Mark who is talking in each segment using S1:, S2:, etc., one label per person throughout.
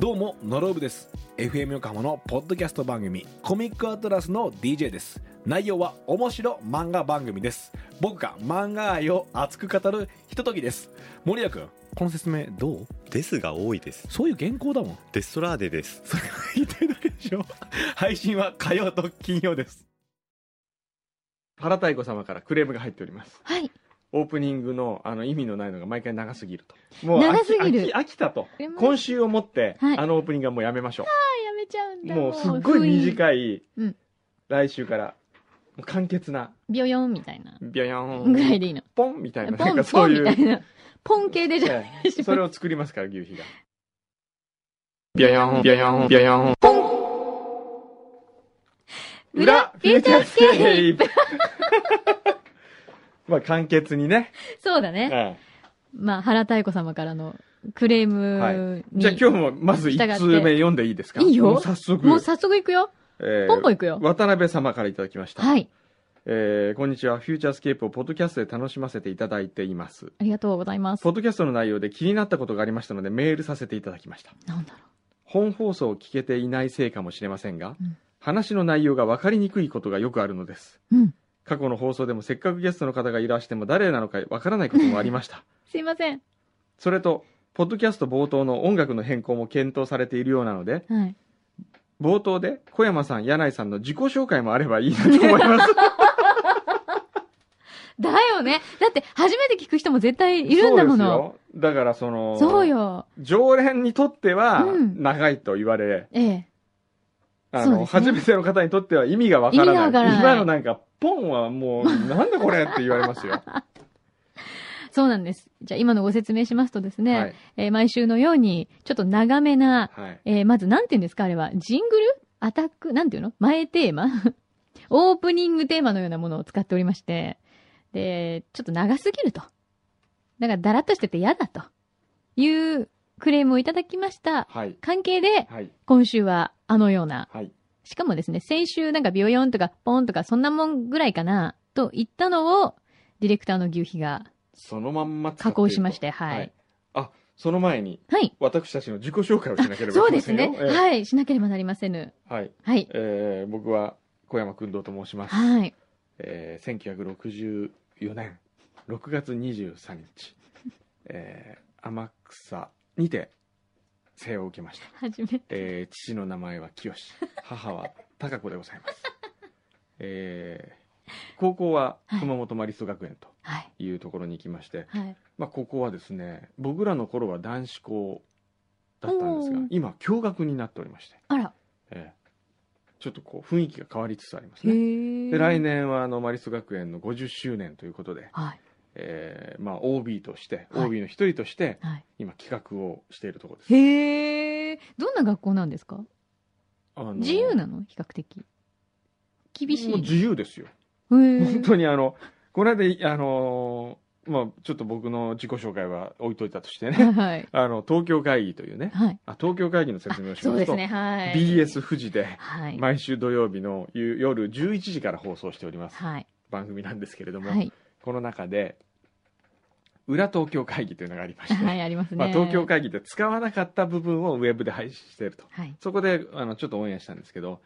S1: どうもノロブです FM 横浜のポッドキャスト番組コミックアトラスの DJ です内容は面白漫画番組です僕が漫画愛を熱く語るひとときです森谷君この説明どう
S2: ですが多いです。
S1: そういう原稿だもん
S2: デストラーデです。
S1: それが言いたいだけでしょ配信は火曜と金曜です
S3: 原太鼓様からクレームが入っております
S4: はい。
S3: オープニングのあの意味のないのが毎回長すぎるともう
S4: 長すぎる
S3: 飽き飽き飽きたと
S4: クレーム
S3: 今週をもって、
S4: はい
S3: あのオープニングはもうやめましょ
S4: あ、やめちゃうん
S3: う
S4: だ。
S3: もうすっごい短い、
S4: うん
S3: 来週からもう簡潔な
S4: ビヨヨンみたいな。
S3: ビョヨ
S4: ぐら
S3: ー
S4: い
S3: ン
S4: でいいの。
S3: ポンみたいな
S4: ポ
S3: なん
S4: ン、
S3: か
S4: ポ
S3: そう
S4: ン
S3: い
S4: みたいうな。ポン系でじゃ
S3: え
S4: ないし
S3: え
S4: ます
S3: それを作りますから牛皮がビョヨーンビョヨーンビョヨーン裏フューチャースケープ まあ簡潔にね、
S4: そうだね。
S3: ええ
S4: まあ、原太鼓様からのクレームに。
S3: じゃあ今日もまず1通目読んでいいですか
S4: いいよ
S3: もう早速。
S4: もう早速行くよ。
S3: えー
S4: ポンポン行くよ
S3: 渡辺様からいただきました。
S4: はい。
S3: えーこんにちは。フューチャースケープをポッドキャストで楽しませていただいています。
S4: ありがとうございます
S3: ポ。ッドキャストの内容で気になったことがありましたのでメールさせていただきました。
S4: なんだろ
S3: 本放送を聞けていないせいかもしれませんが、
S4: うん
S3: 話の内容が分かりにくいことがよくあるのです。
S4: う。うん。
S3: 過去の放送でもせっかくゲストの方がいらしても誰なのか分からないこともありました。
S4: すいません。
S3: それと、ポッドキャスト冒頭の音楽の変更も検討されているようなので、
S4: はい。
S3: 冒頭で小山さん、柳井さんの自己紹介もあればいいなと思います。
S4: だよね。だって、初めて聞く人も絶対 いるんだもの。
S3: そうですよ。だからその、
S4: そうよ。
S3: 常連にとっては
S4: うん
S3: 長いと言われ、
S4: ええ。
S3: あ
S4: そう
S3: の、
S4: ですね
S3: 初めての方にとっては意味がわから
S4: 意味
S3: な
S4: が
S3: い。
S4: わからな
S3: 今
S4: い
S3: のなんか、ポンはもう、なんだこれって言われますよ。
S4: そうなんです。じゃあ今のご説明しますとです ね、
S3: はい。
S4: えー毎週のように、ちょっと長めな、
S3: はい。
S4: えーまず、なんて言うんですかあれは、ジングルアタックなんていうの前テーマ オープニングテーマのようなものを使っておりまして、で、ちょっと長すぎると。だから、だらっとしてて嫌だと。いうクレームをいただきました。
S3: はい。
S4: 関係で、
S3: はい。
S4: 今週はあのような。
S3: はい。
S4: しかもですね、先週なんかビヨヨンとかポンとかそんなもんぐらいかな、と言ったのを、ディレクターの牛皮が
S3: そのまんま使ってい
S4: 加
S3: ると
S4: 工しまして、はい。。
S3: あ、その前に、
S4: はい。
S3: 私たちの自己紹介をしなければ
S4: そう
S3: いけ
S4: で
S3: ますせんよ。
S4: ね。
S3: ええ
S4: はい。しなければなりませぬ。
S3: はい。
S4: はい。
S3: えー僕は小山君堂と申します。
S4: はい。
S3: えー1964年6月23日、えー天草にて生を受けました、
S4: はじめて。
S3: えー父の名前は清母は貴子でございます、えー高校は
S4: はい
S3: 熊本マリスト学園と
S4: はい。
S3: いうところに行きまして、
S4: はい。
S3: まあ、ここはですね僕らの頃は男子校だったんですが
S4: おー
S3: 今共学になっておりまして、
S4: あら。
S3: えーちょっとこう雰囲気が変わりつつあります
S4: へ
S3: ね
S4: え。
S3: で来。年はあのマリス学園の50周年ということで、
S4: はい。
S3: えーまあ、OB として、
S4: はい
S3: OB の一人として
S4: はい。
S3: 今企画をしているところです
S4: へえ。どんな学校なんですか
S3: あの
S4: 自由なの比較的。厳しい。
S3: もう自由ですよ本
S4: 本
S3: 当にあのこの間あのーまあちょっと僕の自己紹介は置いといたとして
S4: はい
S3: ね
S4: はい。
S3: あの東京会議というね
S4: はい。
S3: あ東京会議の説明をし
S4: そう
S3: ます
S4: で
S3: と
S4: すね。はい。。
S3: BS 富士で
S4: はい。
S3: 毎週土曜日の夕夜11時から放送しております
S4: はい。
S3: 番組なんですけれども、
S4: はい。
S3: この中で裏東京会議というのがありまして、
S4: はい、あります
S3: まあ、
S4: ね。
S3: 東京会議で使わなかった部分をウェブで配信していると
S4: はい。
S3: そこであのちょっとオンエアしたんですけど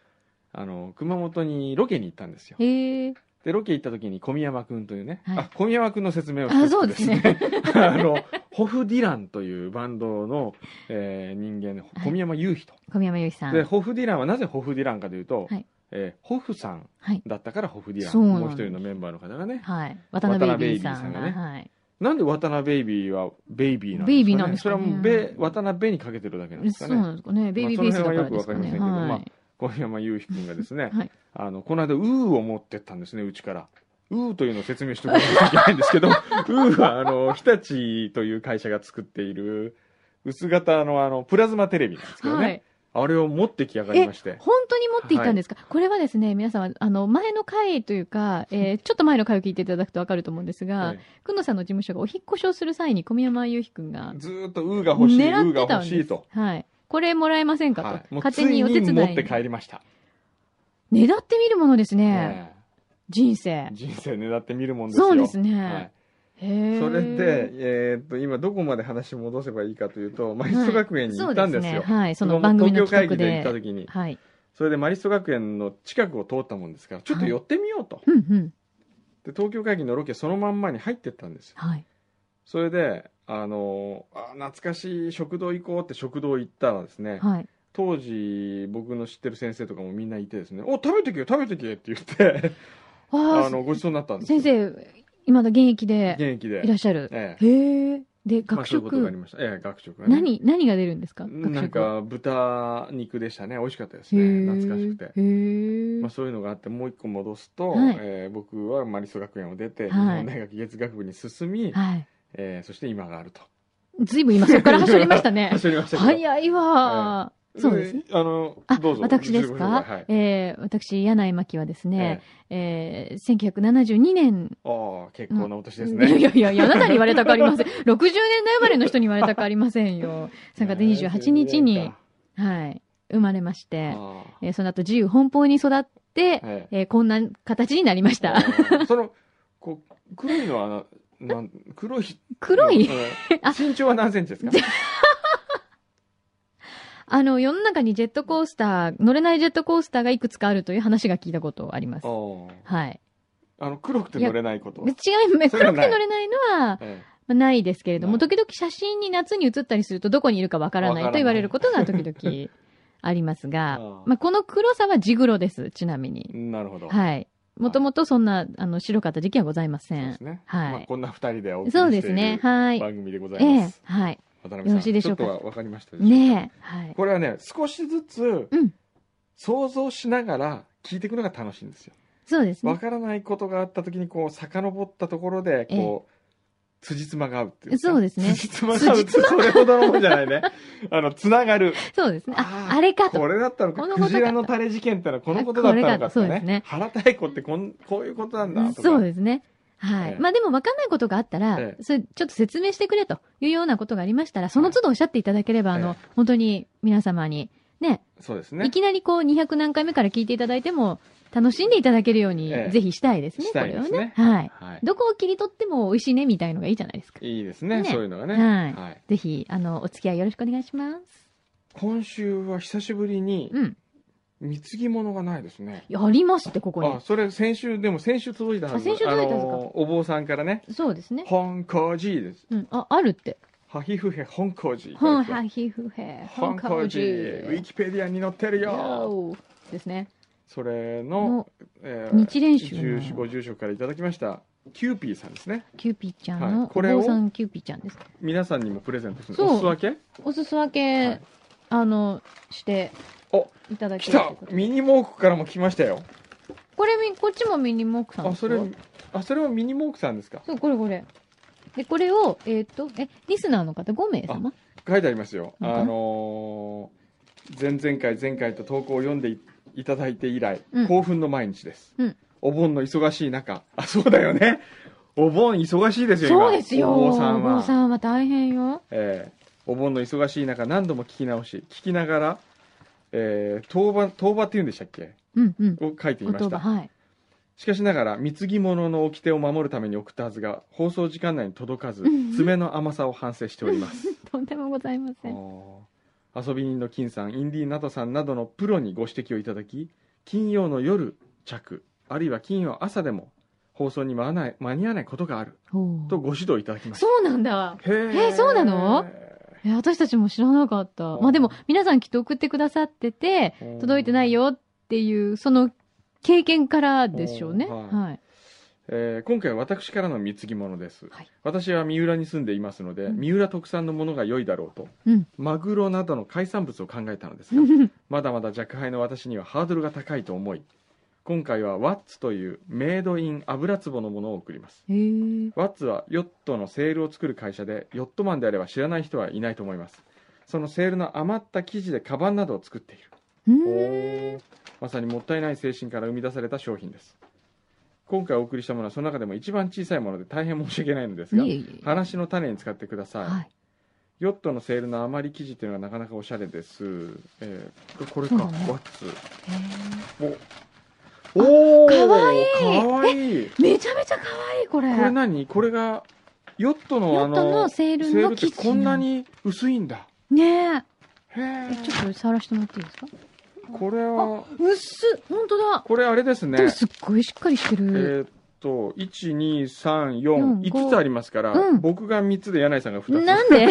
S3: あの熊本にロケに行ったんですよ
S4: へえ。
S3: でロケ行った時に小宮山君というね、
S4: はい
S3: あ小宮山君の説明を
S4: あ、そうです
S3: して
S4: ね。
S3: です ねあのホフ・ディランというバンドの、えー人間で小宮山雄飛と、
S4: 小宮山由紀さん。
S3: でホフ・ディランはなぜホフ・ディランかというと、
S4: はい
S3: えーホフさん
S4: はい
S3: だったからホフ・ディラン、
S4: そうなん
S3: もう
S4: です
S3: 一人のメンバーの方がね
S4: はい。渡辺ベイビーさ
S3: 渡
S4: ん
S3: 辺ベイビーさんがね
S4: が。はい。
S3: なんで渡辺ベイビーはベイビーなんですかね
S4: ベイビーなんです
S3: そ
S4: か
S3: れ
S4: ね
S3: はもうベ渡辺ベにかけてるだけなんです
S4: そ
S3: か
S4: う
S3: ね
S4: なんですかね。ベイビーベースだからですかね。
S3: まあその辺はよくわか
S4: は
S3: りません
S4: い。
S3: 小山雄飛君がですね、
S4: はい
S3: あのこの間ウーを持ってったんですねうちからウーというのを説明しておかなきゃいけないんですけど ウーはあの日立という会社が作っている薄型のあのプラズマテレビなんですけどね、
S4: はい。
S3: あれを持ってきやがりまして
S4: 本当に持っていたんですか、これはですね、皆様、あの、前の回というか、えーちょっと前の回を聞いていただくとわかると思うんですが、
S3: え
S4: くのさんの事務所がお引っ越しをする際に小宮山雄飛くんが
S3: え、ずーっとウーが欲しいウ
S4: 狙
S3: ー
S4: って
S3: が
S4: た
S3: 欲
S4: ん
S3: し
S4: で
S3: い
S4: す
S3: と。。
S4: はい。これもらえませんかと。
S3: はい、もう
S4: 勝手にお手
S3: つい
S4: 伝い
S3: に
S4: に。
S3: 持って帰りました、
S4: ねだってみるものですね。
S3: ええ
S4: 人生。
S3: 人生ねだってみるもんですよ
S4: そうですね。
S3: はい
S4: へー
S3: それで、、えーっと、今どこまで話戻せばいいかというと、マリスト学園に行ったんです
S4: そう
S3: よ。
S4: ね、はい、その番組の
S3: 東京会
S4: 企画
S3: 議で行
S4: で。
S3: った時に、
S4: はい。
S3: それでマリスト学園の近くを通ったもんですから、ちょっと寄ってみようと。
S4: うんうん。
S3: で、東京会議のロケそのまんまに入ってったんですよ。
S4: はい。
S3: それで、あの、あ懐かしい食堂行こうって食堂行ったらですね、
S4: はい。
S3: 当時僕の知ってる先生とかもみんないてですね、お、食べてけよ、食べてけって言って、
S4: あ
S3: あ
S4: あ、
S3: の、ごちそうになったんですよ
S4: 先生、今だ現役
S3: 現
S4: で
S3: 役で。
S4: いらっしゃる。
S3: ええ。
S4: へえ。で、
S3: まあ
S4: 学
S3: そういうことがあり
S4: 食、
S3: ました。ええ、学食がね。
S4: 何、何が出るんですか学
S3: なん
S4: 食は。
S3: か豚肉でしたね美味しかったです
S4: へえ。
S3: ね懐かしくて、
S4: へえ。
S3: まあ、そういうのがあってもう一個戻すと、
S4: はい
S3: えー僕はマリソ学園を出て、
S4: い
S3: 日本大学技術学部に進み、
S4: はい。
S3: えーそして今があると
S4: ずいぶん今そこから走りまし たね。
S3: 走りましたけど
S4: 早いわー。そうですね。
S3: あの
S4: あ
S3: どうぞ
S4: 私ですか、
S3: はい、
S4: えー私、柳井真紀はです
S3: え
S4: ね、えー1972年
S3: えああ結構なお年です
S4: いや
S3: ね、
S4: いやいや、あなたに言われたくありません。60年 代生まれの人に言われたくありません よ。3月28日に、はい、生まれまし
S3: え
S4: て、
S3: ああ
S4: えーその後自由奔放に育って、
S3: ええ
S4: えーこんな形になりまし
S3: あ
S4: た。
S3: あそのこう黒いのはななん黒い
S4: 黒い、
S3: うん
S4: あ
S3: 身長は何センチですか
S4: あの、世の中にジェットコースター、乗れないジェットコースターがいくつかあるという話が聞いたことあります
S3: あ。あ
S4: はい。
S3: あの黒くて乗れないこと
S4: 違い、
S3: それ
S4: 黒
S3: は
S4: く
S3: ない
S4: て乗れないのは、
S3: え
S4: まあないですけれども、
S3: ない
S4: 時々写真に夏に写ったりするとどこにいるかわからないと言われることが時々あります が
S3: あー、
S4: まあ、この黒さは地黒です、ちなみに
S3: え。なるほど
S4: はい。もともとそんな、あの、白かった時期はございませ
S3: そうで
S4: ん
S3: す。ね。
S4: はい
S3: まあ、こんな二人でお送り
S4: そう
S3: し
S4: で
S3: て
S4: す
S3: い
S4: ね
S3: る。
S4: はい。
S3: 番組でござい
S4: え
S3: ま
S4: え
S3: す。、
S4: はい。
S3: 渡辺さん、
S4: よろしいでしょうか
S3: ちょっとはわかりましたでしょうか
S4: ねえ、はい。
S3: これはね、少しずつ
S4: うん
S3: 想像しながら聞いていくのが楽しいんですよ。
S4: そうです
S3: わ
S4: ね。
S3: からないことがあった時にこう遡ったところでこう。辻褄が合うっていうか
S4: そうですね
S3: 辻褄が合うって
S4: 辻
S3: それほどのもんじゃない ね。あの、つながる。
S4: そうですね。あ
S3: あ、ー
S4: あれかと
S3: こ。れだったの
S4: こ
S3: か。
S4: のことだ
S3: ク
S4: った
S3: ジラの垂れ事件ってのはこのことだったのかとか、ね。
S4: これがそうですね
S3: 原太鼓ってこん、こういうことなんだとか。
S4: そうですね。はい。
S3: ええ
S4: まあでも分かんないことがあったら、
S3: え
S4: それちょっと説明してくれというようなことがありましたら、その都度おっしゃっていただければ、あの、
S3: え
S4: 本当に皆様に、ね、
S3: そうですね
S4: い。きなりこう200何回目から聞いていただいても、楽しんでいただけるように、
S3: ええ
S4: ぜひしたいですね、
S3: したいですね
S4: これをね。はい。
S3: はい。
S4: どこを切り取っても美味しいね、みたいのがいいじゃないですか。
S3: いいですね
S4: ね
S3: そういうのがね。
S4: はい
S3: はい
S4: ぜひ、あの、お付き合いよろしくお願いします。
S3: 今週は久しぶりに
S4: うん。
S3: 貢ぎ物がないですね。
S4: やりますって、ここ
S3: あ、
S4: に。
S3: それ先週、でも先週届いたはず。
S4: あ先週届いたはずか
S3: あのーお坊さんからね、
S4: そうですね。
S3: 本光寺です。
S4: うん。あ、あるって。
S3: ハヒフヘ本光寺。
S4: 本はひふへ。
S3: 本光寺。ウィキペディアに載ってるよ。
S4: よーですね。
S3: それの
S4: の、、
S3: えー
S4: 日練習
S3: 住所、
S4: の
S3: ご住職からいただきました。キューピーさんですね。
S4: キューピーちゃんの、
S3: は
S4: お
S3: いこれを
S4: 坊さんキューピーちゃんです。
S3: 皆さんにもプレゼントする。
S4: そう
S3: おすわけ
S4: おすす分け、
S3: はい
S4: あの、して
S3: お、
S4: いただけ
S3: 来
S4: ると
S3: た
S4: いうことで
S3: ミニモークからも来ましたよ。
S4: これみ、こっちもミニモークさん
S3: あ、
S4: です
S3: そ
S4: よ
S3: れ、あ、それはミニモークさんですか
S4: そう、これこれ。で、これを、えっ、と、え、リスナーの方5名様
S3: 書いてありますよ。
S4: 本当
S3: あのー前々回、前回と投稿を読んでいいただいて以来、
S4: うん
S3: 興奮の毎日です、
S4: うん
S3: お盆の忙しい中、あ、そうだよね。お盆忙しいですよ、今
S4: そうですよ。
S3: お坊さんは。
S4: お坊さんは大変よ。
S3: えーお盆の忙しい中、何度も聞き直し、聞きながら、えー、当場、当場って言うんでしたっけ
S4: うんうん。
S3: を書いてい
S4: 言
S3: まし
S4: 葉、
S3: た。
S4: はい。
S3: しかしながら、貢ぎ物の掟を守るために送ったはずが、放送時間内に届かず
S4: うん、
S3: 爪の甘さを反省しております。
S4: とんでもございません。
S3: あー遊び人の金さんインディーナトさんなどのプロにご指摘をいただき金曜の夜着あるいは金曜朝でも放送に間に合わない間に合わないことがある
S4: ほう
S3: とご指導いただきまし
S4: そうなんだ。
S3: たへ
S4: へーそうなのえ、私たちも知らなかった。まあでも、皆さんきっと送ってくださってて、届いてない
S3: よ、
S4: よっていう、その経験からでしょうね。
S3: うん
S4: はい。
S3: えー今回は私からの貢ぎ物です、
S4: はい
S3: 私は三浦に住んでいますので、
S4: うん
S3: 三浦特産のものが良いだろうと、
S4: うん
S3: マグロなどの海産物を考えたのですがまだまだ若輩の私にはハードルが高いと思い今回はワッツというメイドイン油壺のものを送ります
S4: へえ。
S3: ワッツはヨットのセールを作る会社でヨットマンであれば知らない人はいないと思いますそのセールの余った生地でカバンなどを作っている
S4: うーん。
S3: まさにもったいない精神から生み出された商品です今回お送りしたものはその中でも一番小さいもので大変申し訳ないのですが
S4: いえいえいえ
S3: 話の種に使ってください、
S4: はい。
S3: ヨットのセールの余り生地というのはなかなかおしゃれです、えーこれか、
S4: そうだ
S3: ワ
S4: ね
S3: ッツ
S4: へ
S3: おお
S4: かわいい
S3: かわいい
S4: えめちゃめちゃ可愛いこれ。
S3: これ何これがヨットのあ
S4: ヨット
S3: の
S4: のセー
S3: セ
S4: ル
S3: ー
S4: の
S3: ルっ
S4: 生
S3: て
S4: 地
S3: こんなに薄いんだ
S4: ねえ
S3: へえ
S4: えちょっと触らせてもらっていいですか
S3: これは
S4: うっす本当だ
S3: これあれです
S4: でも
S3: ね
S4: すっごいしっかりして
S3: え
S4: る、
S3: ーっと
S4: うん
S3: 12345つありますから、
S4: うん
S3: 僕が3つで柳井さんが2つ
S4: なんで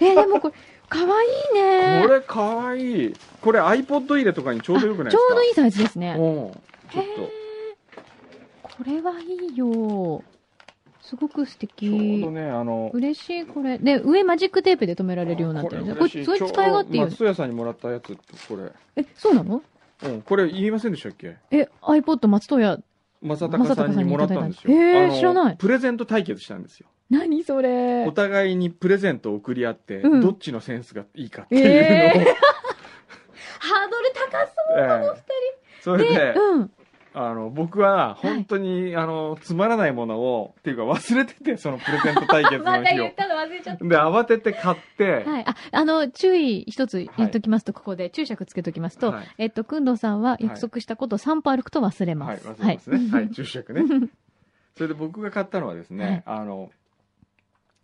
S4: えでもこれかわいいね
S3: これかわいいこれ iPod 入れとかにちょうどよくない
S4: ち
S3: で
S4: ょ
S3: すか
S4: うどいいサイズですね
S3: うんちょっ
S4: へ
S3: と
S4: これはいいよすごく素
S3: ちょうど
S4: 敵
S3: ねあの
S4: 嬉しいこれで上マジックテープで留められるようになってるんでこれ
S3: 嬉し
S4: すごい使い勝手いい
S3: ちょうど
S4: よね
S3: 松任谷さんにもらったやつってこれ、
S4: えそうなの
S3: うん、これ言いませんでしたっけ
S4: え iPod 松任谷
S3: 正隆さんにもらったんですよ。
S4: 正隆さんにいただ
S3: あ
S4: いたんですへー
S3: の
S4: 知らない
S3: プレゼント対決したんですよ。
S4: 何それ
S3: お互いにプレゼントを送り合って、
S4: うん
S3: どっちのセンスがいいかっていうのを、え
S4: ハードル高そ
S3: えそれで、
S4: うん
S3: あの、僕は本当に、あの、つまらないものを、っていうか忘れてて、そのプレゼント対決
S4: ま
S3: の
S4: た
S3: 日
S4: 言
S3: を
S4: っ。たの忘れちゃっ
S3: で、慌てて買って、
S4: た。はい。あ、あの、注意一つ言っときますと、ここで注釈つけときますと、
S3: はい
S4: えっと、くんどうさんは約束したことを3歩歩くと忘れ
S3: は
S4: ま
S3: い、
S4: す。
S3: 忘れますね。はい、注釈 ね。
S4: はい
S3: それで僕が買ったのはですね、あの、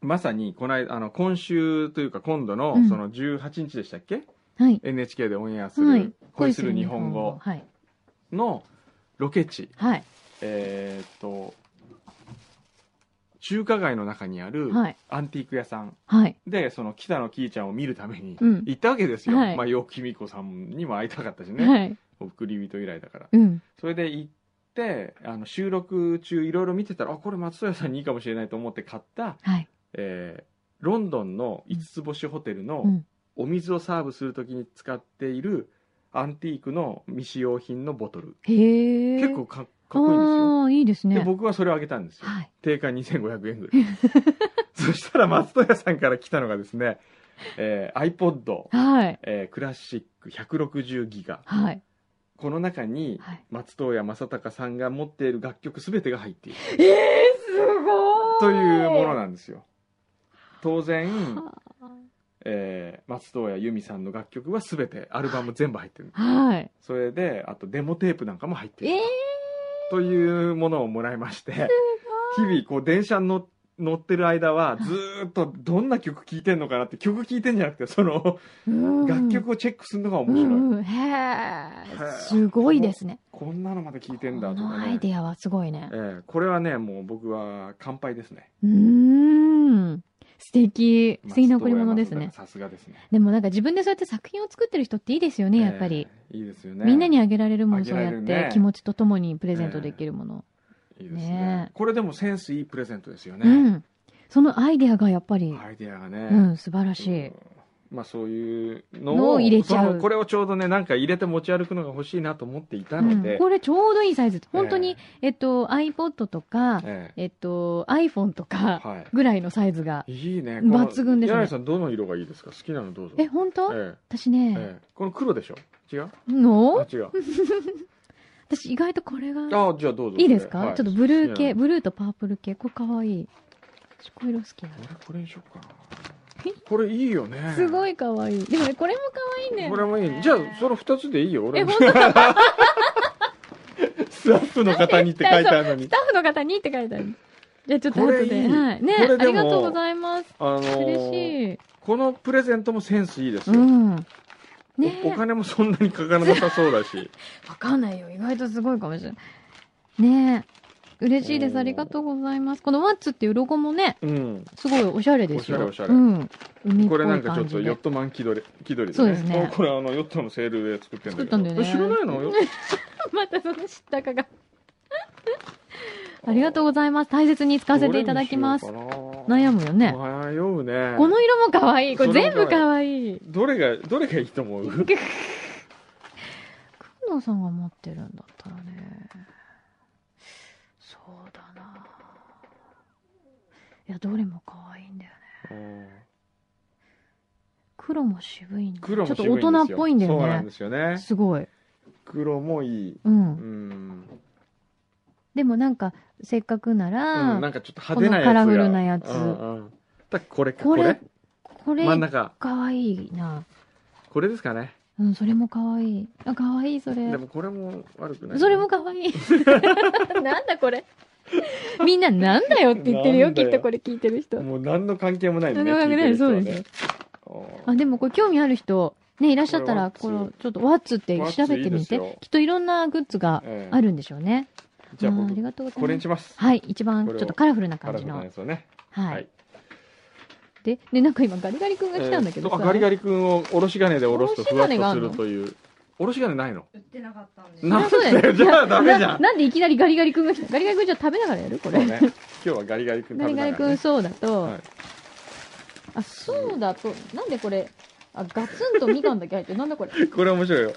S3: まさに、この間、あの、今週というか今度の
S4: う、ん
S3: その18日でしたっけ、
S4: はい。
S3: ?NHK でオンエアする、
S4: はい。
S3: 恋する日本語
S4: はい。
S3: のロケ地、
S4: はい。
S3: えーっと、中華街の中にある
S4: はい
S3: アンティーク屋さん
S4: はい。
S3: で、その北野キーちゃんを見るために
S4: うん
S3: 行ったわけですよ。
S4: はい
S3: まあ、よきみこさんにも会いたかったしね、
S4: はい。
S3: 送り人以来だから。
S4: うん。
S3: それで行って、あの収録中いろいろ見てたら、あ、これ松任谷さんにいいかもしれないと思って買った、
S4: はい。
S3: えーロンドンの5つ星ホテルの
S4: うん
S3: お水をサーブするときに使っているアンティークの未使用品のボトル。
S4: へえ。
S3: 結構かかっこいいんですよ。
S4: ああ、いいです
S3: で
S4: ね。
S3: 僕はそれをあげたんですよ。
S4: はい。
S3: 定価2500円ぐ らい。そしたら松任谷さんから来たのがですね、えー iPod、
S4: はい。
S3: えークラシック160ギガ。
S4: はい。
S3: この中に
S4: はい。
S3: 松任谷正隆さんが持っている楽曲すべてが入っている
S4: ええー、す
S3: と
S4: ごい
S3: いうものなんですよ。当然、
S4: は
S3: えー松任谷由実さんの楽曲はすべてアルバム全部入ってる。
S4: はい。
S3: それで、あとデモテープなんかも入って
S4: え
S3: る。
S4: え
S3: というものをもらいまして、日々こう電車に乗乗ってる間はずーっとどんな曲聴いてんのかなって曲聴いてんじゃなくてその
S4: ーうん。
S3: 楽曲をチェックするのが面白い、
S4: うんうん、へ
S3: は
S4: え
S3: い、
S4: すごいですね。
S3: こんなのまで聴いてんだ
S4: ことの
S3: か
S4: ア
S3: ね
S4: イ、デアはすごいね
S3: え。えこれはねもう僕は乾杯ですね
S4: うーん。素敵。素敵な贈り物ですね
S3: 松任谷正隆。さすがですね
S4: でもなんか自分でそうやって作品を作ってる人っていいですよね、やっぱり。、
S3: ええいいですよね
S4: みんなにあげられるも
S3: あ
S4: の、
S3: げ
S4: そ
S3: ら
S4: う
S3: れ
S4: や
S3: る
S4: っ
S3: ね
S4: て気持ちとともにプレゼントできるもの。
S3: いいですね
S4: ねえ
S3: これでもセンスいいプレゼントですよ
S4: う
S3: ね、
S4: ん。そのアイデアがやっぱり、
S3: アイデアがね、
S4: うん、素晴らし
S3: う
S4: い
S3: ん。まあそういうのを
S4: のを入れちゃう
S3: そのこれをちょうどねなんか入れて持ち歩くのが欲しいなと思っていたので、
S4: うんこれちょうどいいサイズ。本当に、えっと、iPod とか、
S3: ええ
S4: えっと、iPhone とか
S3: は
S4: ぐらいのサイズが。
S3: い、いいね
S4: 抜群ですね
S3: この柳井さんどの色がいいですか好きなのどうぞ
S4: え、本当
S3: え
S4: 私
S3: え
S4: ね、
S3: ええこの黒でしょ違う
S4: の
S3: あ違う
S4: 私意外とこれが。
S3: あじゃあどうぞ
S4: いいです
S3: こ
S4: か、
S3: れはい
S4: ちょっとブルー系、
S3: 好
S4: ブルーとパープル系、これかわいい。私こういう色好きな
S3: きなの俺これにしようかなこれいいよね
S4: の。す
S3: い
S4: ごいかわいい。でもね、これもかわいいんだよね。
S3: これもいいじゃあその2つでいいよ俺
S4: え、
S3: も
S4: 本当ス
S3: スタッフの方にって書いてある のに
S4: タッフの方にって書いてある。じゃあちょっと後
S3: これ
S4: で。
S3: いい
S4: はい。ね、
S3: これでも
S4: ありがとうございます。
S3: あのー
S4: 嬉しい。
S3: このプレゼントもセンスいいです
S4: う
S3: よ、
S4: ん。ね
S3: おお金もそんなにかからなさそうだ し
S4: わかんないよ。意外とすごいかもしれない。ね嬉しいで
S3: お
S4: す。
S3: ー
S4: ありがとうございます。このワッツっていうロゴもね、
S3: うん
S4: すごいおしゃれです
S3: おしゃ
S4: よ。
S3: れおしゃれ
S4: うん。海っぽ
S3: こ
S4: い
S3: れなん
S4: 感じで。
S3: かちょっとヨットマン気取り気取り
S4: そう
S3: で
S4: で
S3: ね
S4: すね
S3: あこれあのヨットのセールで作ってんだけど
S4: 作ったんだよね
S3: え知らないのよ
S4: またその知ったかが。ありがとうございます。大切に使わせていただきます。
S3: どれにしようかな
S4: 悩むよね。
S3: 迷うね
S4: この色も可愛い。これ
S3: それも
S4: 全部可愛い。
S3: どれがどれがいいと思う
S4: くんのさんが持ってるんだったらね。そうだな。いや、どれも可愛いんだよ
S3: う
S4: ね。
S3: ん
S4: 黒も渋いんだよ
S3: 黒も
S4: ち
S3: 渋い
S4: ょ
S3: ん
S4: っ
S3: です
S4: と
S3: よ
S4: 大人っぽいんだよ
S3: そうなんで
S4: ね。
S3: すよね
S4: すごい。。
S3: 黒もいいううんん、
S4: でもなんか、せっかくなら、
S3: うん、なんかちょっと派手なやつが
S4: このカラフルなやつ
S3: うんうんだからこれか
S4: こ
S3: こ
S4: れ
S3: れ
S4: これ
S3: 真ん、中
S4: 可愛いな。
S3: これですかね
S4: うん、それも可愛い。あ、可愛い、そ れ。
S3: でもこれも悪くない
S4: それも可愛い。なんだこれ。みんななんだよって言ってるよ、
S3: なん
S4: き
S3: だ
S4: っ
S3: よ
S4: とこれ聞いてる人。
S3: もう何の関係もないのね。
S4: 何の関係
S3: 聞
S4: ない
S3: てる人はね
S4: そうで
S3: あ
S4: あ、でもこれ興味ある人、ね、いらっしゃったら、
S3: こ
S4: こ
S3: れワッ
S4: の
S3: ツ、
S4: ちょっとワッツって調べて
S3: ワッツいいで
S4: み
S3: す
S4: て
S3: よ。
S4: きっといろんなグッズが
S3: ええ
S4: あるんでしょうね。
S3: じゃあ
S4: あーあり
S3: 僕、
S4: がとうございます。
S3: これにします。
S4: はい、一番
S3: こ
S4: ちょ
S3: れ
S4: っ
S3: を
S4: とカラフルな
S3: カ
S4: 感
S3: ラ
S4: じ
S3: フルな
S4: の
S3: や。つをね。
S4: は
S3: はい
S4: い。で、ね、なんか今ガリガリ君が来たんだけど
S3: えー
S4: さ。
S3: とあガリガリ君をおろし金でおろすとふわっ
S4: おろし金が
S3: と
S4: あ
S3: す
S4: るの
S3: るという。おろし金ないの
S5: 売ってなかったんで。
S4: そり
S3: な
S4: ゃ
S3: ん
S4: そうだよ
S3: だよ、じゃあダメじゃ。
S4: なんなんでいきなりガリガリ君が来たガリガリ君じゃあ食べながらやるこ
S3: そ
S4: れ。
S3: うね。今日はガリガリ君食べ
S4: ガリガ
S3: な
S4: リ
S3: がらね
S4: 君そうだと、
S3: はい
S4: あそうだとなんでこれあガツンとみかんだけ入ってるなんだこれ
S3: これ面白いよ。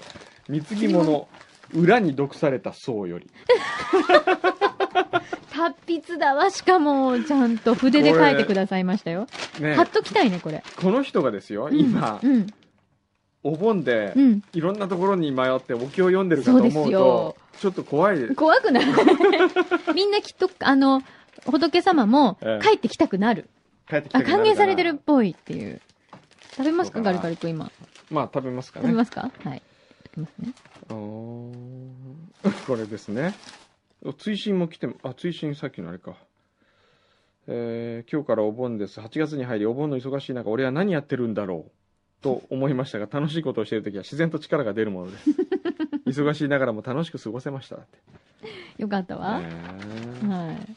S3: 貢ぎ物、裏に毒された層より。
S4: 達筆だわしかもちゃんと筆で書いてくださいましたよ、
S3: ね
S4: 貼っときたいねこれ
S3: この人がですよ、今
S4: う、ん
S3: お盆で
S4: う、ん
S3: いろんなところに迷ってお経を読んでるかと思
S4: そう
S3: う
S4: ですよ
S3: と、ちょっと怖い。
S4: 怖くない みんなきっとあの仏様も
S3: ええ
S4: 帰ってきたくなる、
S3: 帰ってきた
S4: あ
S3: くなるから
S4: 歓迎されてるっ。ぽいっていう食べますか
S3: そうか
S4: ガリ
S3: な
S4: ガリ君今
S3: まあ食べますか
S4: 食べ
S3: ね。
S4: ますかはい食べますね
S3: うーんこれですね。追伸も来ても、あ、追伸さっきのあれか。えー今日からお盆です。8月に入りお盆の忙しい中、俺は何やってるんだろうと思いましたが、楽しいことをしているときは自然と力が出るもの です。忙しいながらも楽しく過ごせました。って
S4: よかったわ、
S3: ねえ
S4: はい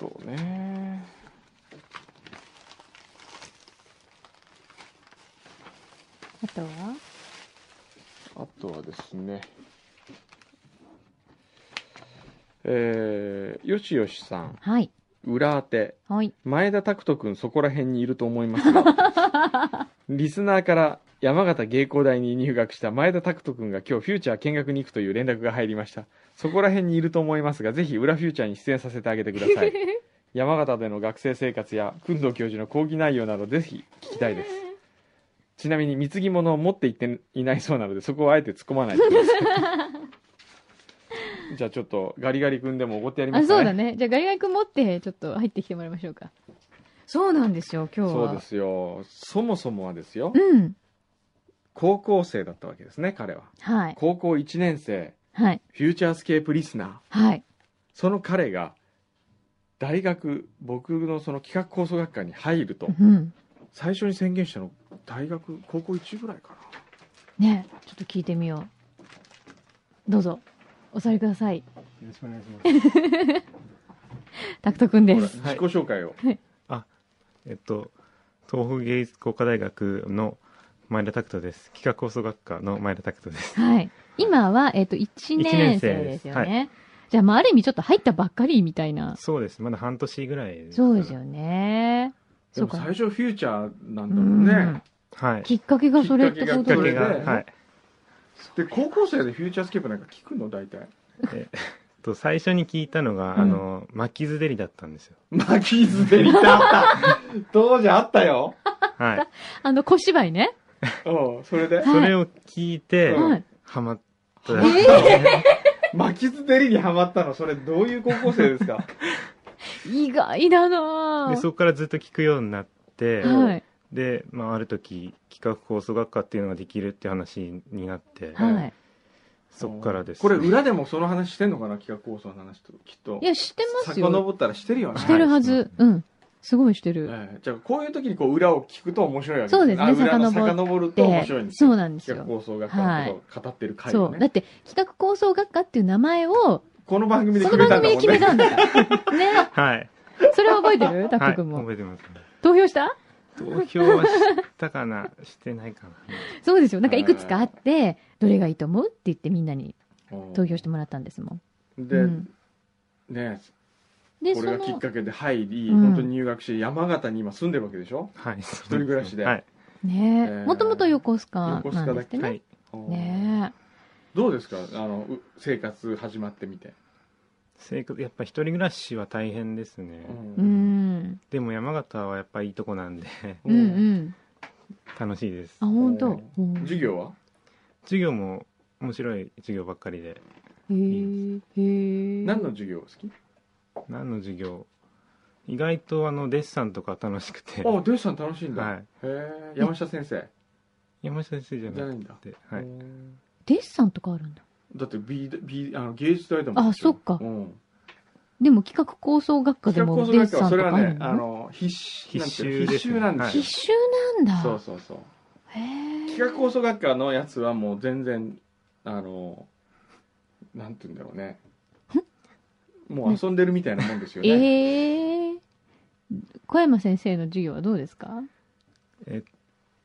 S3: そうね。
S4: あとは
S3: あとはですね、えー、よしよしさん、
S4: はい
S3: 裏当て、
S4: はい
S3: 前田拓人君そこら辺にいると思いますが、 リスナーから山形芸工大に入学した前田拓人君が今日フューチャー見学に行くという連絡が入りました。そこら辺にいると思いますが、ぜひ裏フューチャーに出演させてあげてください。山形での学生生活や工藤教授の講義内容などぜひ聞きたいですちなみに貢ぎ物を持っていっていないそうなのでそこはあえて突っ込まないでくだ さいじゃあちょっとガリガリ君でもおごってやりま
S4: あ
S3: すかね
S4: そうだねじゃあガリガリ君持ってちょっと入ってきてもらいましょうかそうなんですよ今日は
S3: そうですよそもそもはですよ
S4: うん
S3: 高校生だったわけですね彼は
S4: はい
S3: 高校1年生
S4: はい
S3: フューチャースケープリスナー
S4: はい
S3: その彼が大学僕のその企画構想学科に入ると
S4: うん
S3: 最初に宣言したの大学高校1ぐらいかな
S4: ねちょっと聞いてみようどうぞお座りください
S6: よろしくお願いします。
S4: タクト君で
S3: ほら
S4: す
S3: 自己紹介を、
S6: えっと、東北芸術工科大学の前田拓人です。企画構想学科の前田拓人で す。
S4: はい今はえっ、と1年
S6: 一年
S4: 生
S6: 生で
S4: ですすよねじゃあまあある意味ちょっと入ったばっかりみたいな
S6: そうです。まだ半年ぐらいですか
S4: そ
S6: ら
S4: うですよね
S3: で
S4: そう
S3: も
S4: か
S3: 最初フューチャーなん
S4: う
S3: だもんね、
S4: ん
S6: はい。
S4: きっかけがそれってこ
S6: き
S4: と
S6: っかけ
S4: で
S6: が、
S3: それで
S6: はい。
S3: で高校生でフューチャースケープなんか聞くの大体
S6: えっと最初に聞いたのが、
S4: うん
S6: あの、巻きずデリだったんで すよ。
S3: マキーズデリタあった当時あったよ
S6: はい。
S4: あの小芝居ね
S3: うんそれで
S4: はい
S6: それを聞いて、
S3: うん
S4: はい
S6: ハマった。
S3: マキーズデリにハマったのそれどういう高校生ですか
S4: 意外だなぁ
S6: で、そこからずっと聞くようになって、
S4: はい
S6: で、まあ、ある時、企画構想学科っていうのができるって話になって、
S4: はい
S6: そこからです。
S3: これ裏でもその話してんのかな企画構想の話ときっと
S4: いや、知ってますよ。
S3: 遡ったらしてるよね
S4: してるはず。うん。すごいしてる。
S3: ええじゃあこういう時にこう裏を聞くと面白いわけ
S4: そうですね
S3: あ裏の
S4: 遡って
S3: 遡ると面白いんですよ
S4: そうなんですよ
S3: 企画構想学科のことを語ってる回
S4: そ
S3: を
S4: う。
S3: ね、
S4: だって、企画構想学科っていう名前を、
S3: この番組で
S4: そ
S3: 決
S4: の
S3: めたんだもん
S4: 番組で決め
S3: ね
S4: たんだから。ね。
S6: はい。
S4: それは覚えてるタッ
S6: は
S4: ク
S6: い。
S4: 君も。
S6: 覚えてます。
S4: 投票した
S6: 投票はしたかな してないかな
S4: そうですよ。なんかいくつかあって、どれがいいと思うって言ってみんなに
S3: うん
S4: 投票してもらったんですもん。
S3: で、
S4: うん
S3: ね
S4: で、
S3: こ
S4: そ
S3: れがきっ
S4: の、
S3: かけで入り、
S4: うん
S3: 本当に入学して山形に今住んでるわけでしょ
S6: はい一
S3: 人暮らしで
S6: はい、
S4: ね
S3: ー
S4: もともと横須賀
S3: 横須
S4: な
S3: 賀だ
S4: んで
S3: っ
S4: す
S3: け
S4: って
S6: は
S4: ね。
S6: い、
S4: ね
S3: どうですかあのう生活始まってみて、
S6: 生活やっぱ一人暮らしは大変ですね、
S4: う。
S3: うん
S6: でも山形はやっぱいいとこなんで
S4: うんうん。
S6: 楽しいです
S4: あ、ほんと。
S3: う
S4: うんん
S3: 授業は
S6: 授業も面白い授業ばっかりで
S4: へーへー
S3: 何の授業好き
S6: 何の授業意外とあのデッサンとか楽しくて
S3: あデュさん楽しいんだ、
S6: はい
S3: へえ山下先生
S6: 山下先生じゃ
S3: じゃ
S6: な
S3: ない
S6: く
S3: んだ
S6: て、はい、
S3: うん
S4: デッサンとかあるんだ。
S3: だって美大美あの芸術大だもん
S4: あそっか
S3: うん、
S4: でも企画構想学科で
S3: 企画
S4: も
S3: 構想
S4: デッ
S3: 学科
S4: サ
S3: は
S4: ン
S3: そ
S4: と
S3: れ
S4: か
S3: は
S4: ある
S3: ね
S4: の
S3: あの必死なんていう
S6: 必修
S3: 必
S6: ですね
S3: 修なんですよ
S6: はい
S4: 必修なんだ。
S3: そうそうそう
S4: へえ。
S3: 企画構想学科のやつはもう全然あのなんて言うんだろうねもう遊んでるみたいなもんですよね、
S4: ええ小山先生の授業はどうですか
S6: えっ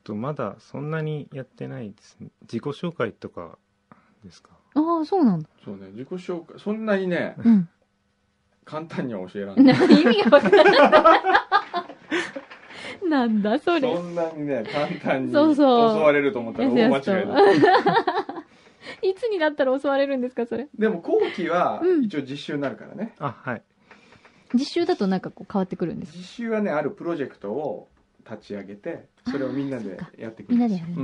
S6: とまだそんなにやってないですね自己紹介とかですか
S4: ああ、そう なんだ。
S3: そうね自己紹介そんなにね
S4: うん。
S3: 簡単には教えられない
S4: な意味がわからない。なんだそれ
S3: そ。んなにね簡単に
S4: そう
S3: 襲
S4: そう
S3: われると思ったら大間違いだ
S4: やいつになったら襲われるんですかそれ。
S3: でも後期は
S4: うん
S3: 一応実習になるからね、
S6: あはい
S4: 実習だとなんかこう変わってくるんですか
S3: 実習はねあるプロジェクトを立ち上げてそれをみんなでやっていく
S4: みんなでやるんだ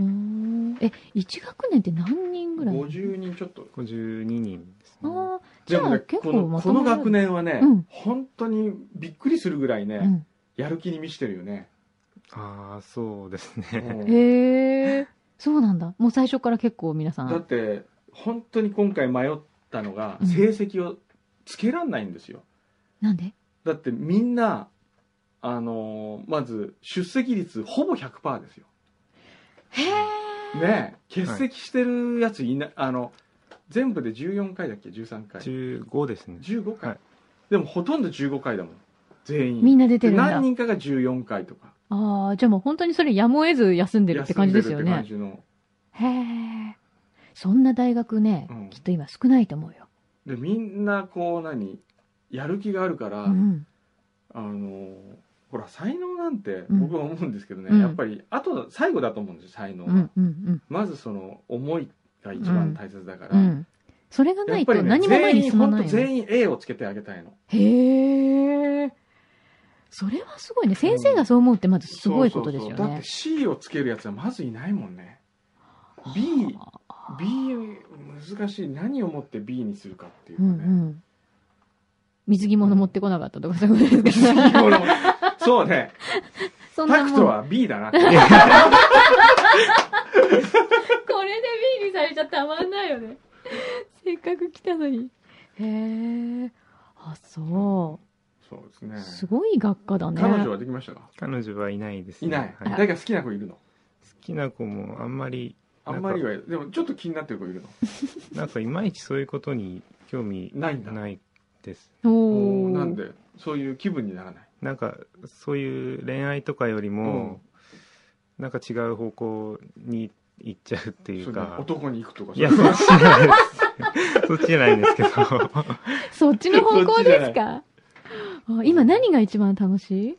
S3: う
S4: うーんえ、1学年って何人ぐらい
S3: 50人ちょっと
S6: 52人ですね
S4: ああ、じ
S3: で
S4: ゃ
S3: も
S4: あ
S3: ね
S4: 結
S3: こ
S4: 構
S3: の
S4: ま
S3: こと
S4: ま
S3: の
S4: る
S3: 学年はね、
S4: うん
S3: 本当にびっくりするぐらいね、
S4: うん。
S3: やる気に満ちてるよね、
S6: ああそうです
S3: う
S6: ね
S3: ん
S4: へえ、そうなんだ。もう最初から結構皆さ
S3: だっ
S4: ん。
S3: て本当に今回迷ったのが
S4: うん
S3: 成績をつけらんないんですよ
S4: なんで
S3: だってみんなあのーまず出席率ほぼ100%ですよ
S4: へえ。
S3: ねえ欠席してるやついない、あの全部で14回だっけ13回
S6: 15ですね
S3: 15回、
S6: はい
S3: でもほとんど15回だもん全員
S4: みんな出てるん
S3: で
S4: だ
S3: 何。人かが14回とか
S4: ああ、じゃあもう本当にそれやむを得ず休んでるって感じですよね。
S3: 休んでるって感
S4: へえ。そんな大学ね、
S3: うん
S4: きっと今少ないと思うよ。
S3: じのでみんなこう何やる気があるから、
S4: うん。
S3: あのーほら才能なんて
S4: うん
S3: 僕は思うんですけどね、
S4: うん
S3: やっぱりあと最後だと思うんですよ才能
S4: う
S3: は、
S4: んうん
S3: まずその思いが一番大切だから、
S4: うん。うん。それがな
S3: やっ
S4: い
S3: ぱ
S4: と
S3: り、ね、
S4: 何も前
S3: 全
S4: に
S3: 員
S4: 進ま
S3: 本
S4: な
S3: 当
S4: いよね。
S3: 全員 A をつけてあげたいの
S4: へえ。それはすごいね。先生がそう思うってまずすごいことですよ
S3: そうそうそうだっ
S4: ね
S3: て。C をつけるやつはまずいないもんね B
S4: あ
S3: B 難しい何をもって B にするかっていうか
S4: うんう
S3: ね、
S4: ん。水着物持ってこなかったとかそういうことですか
S3: そうね
S4: そんな
S3: タク
S4: もん。
S3: ト
S4: こ
S3: は B だ な
S4: れで B にされちゃたまんないよね。せっかく来たのに。へえ。あ、そ
S3: そうです
S4: う。
S3: ね
S4: すごい学科だね。
S3: 彼女はできましたか
S6: 彼女はいないです、
S3: い
S6: ね、
S3: ない
S6: は
S3: 誰か好きな子いるの
S6: 好きな子もあんまり
S3: あんまりはでもちょっと気になってる子いるの
S6: なんかいまいちそういうことに興味
S3: ないんだ
S6: ないです
S4: お
S3: お
S4: お。
S3: ーなんでそういう気分にならない
S6: なんかそういう恋愛とかよりも、なんか違う方向に行っちゃうってい
S3: そううね
S6: か
S3: 男に行くとか
S6: いや
S3: そ
S6: そう
S3: いう
S6: っちじゃないです そっちじゃないんですけど
S4: そっちの方
S3: そ
S4: 向です
S3: っちじ
S4: かあ今何が一番楽しい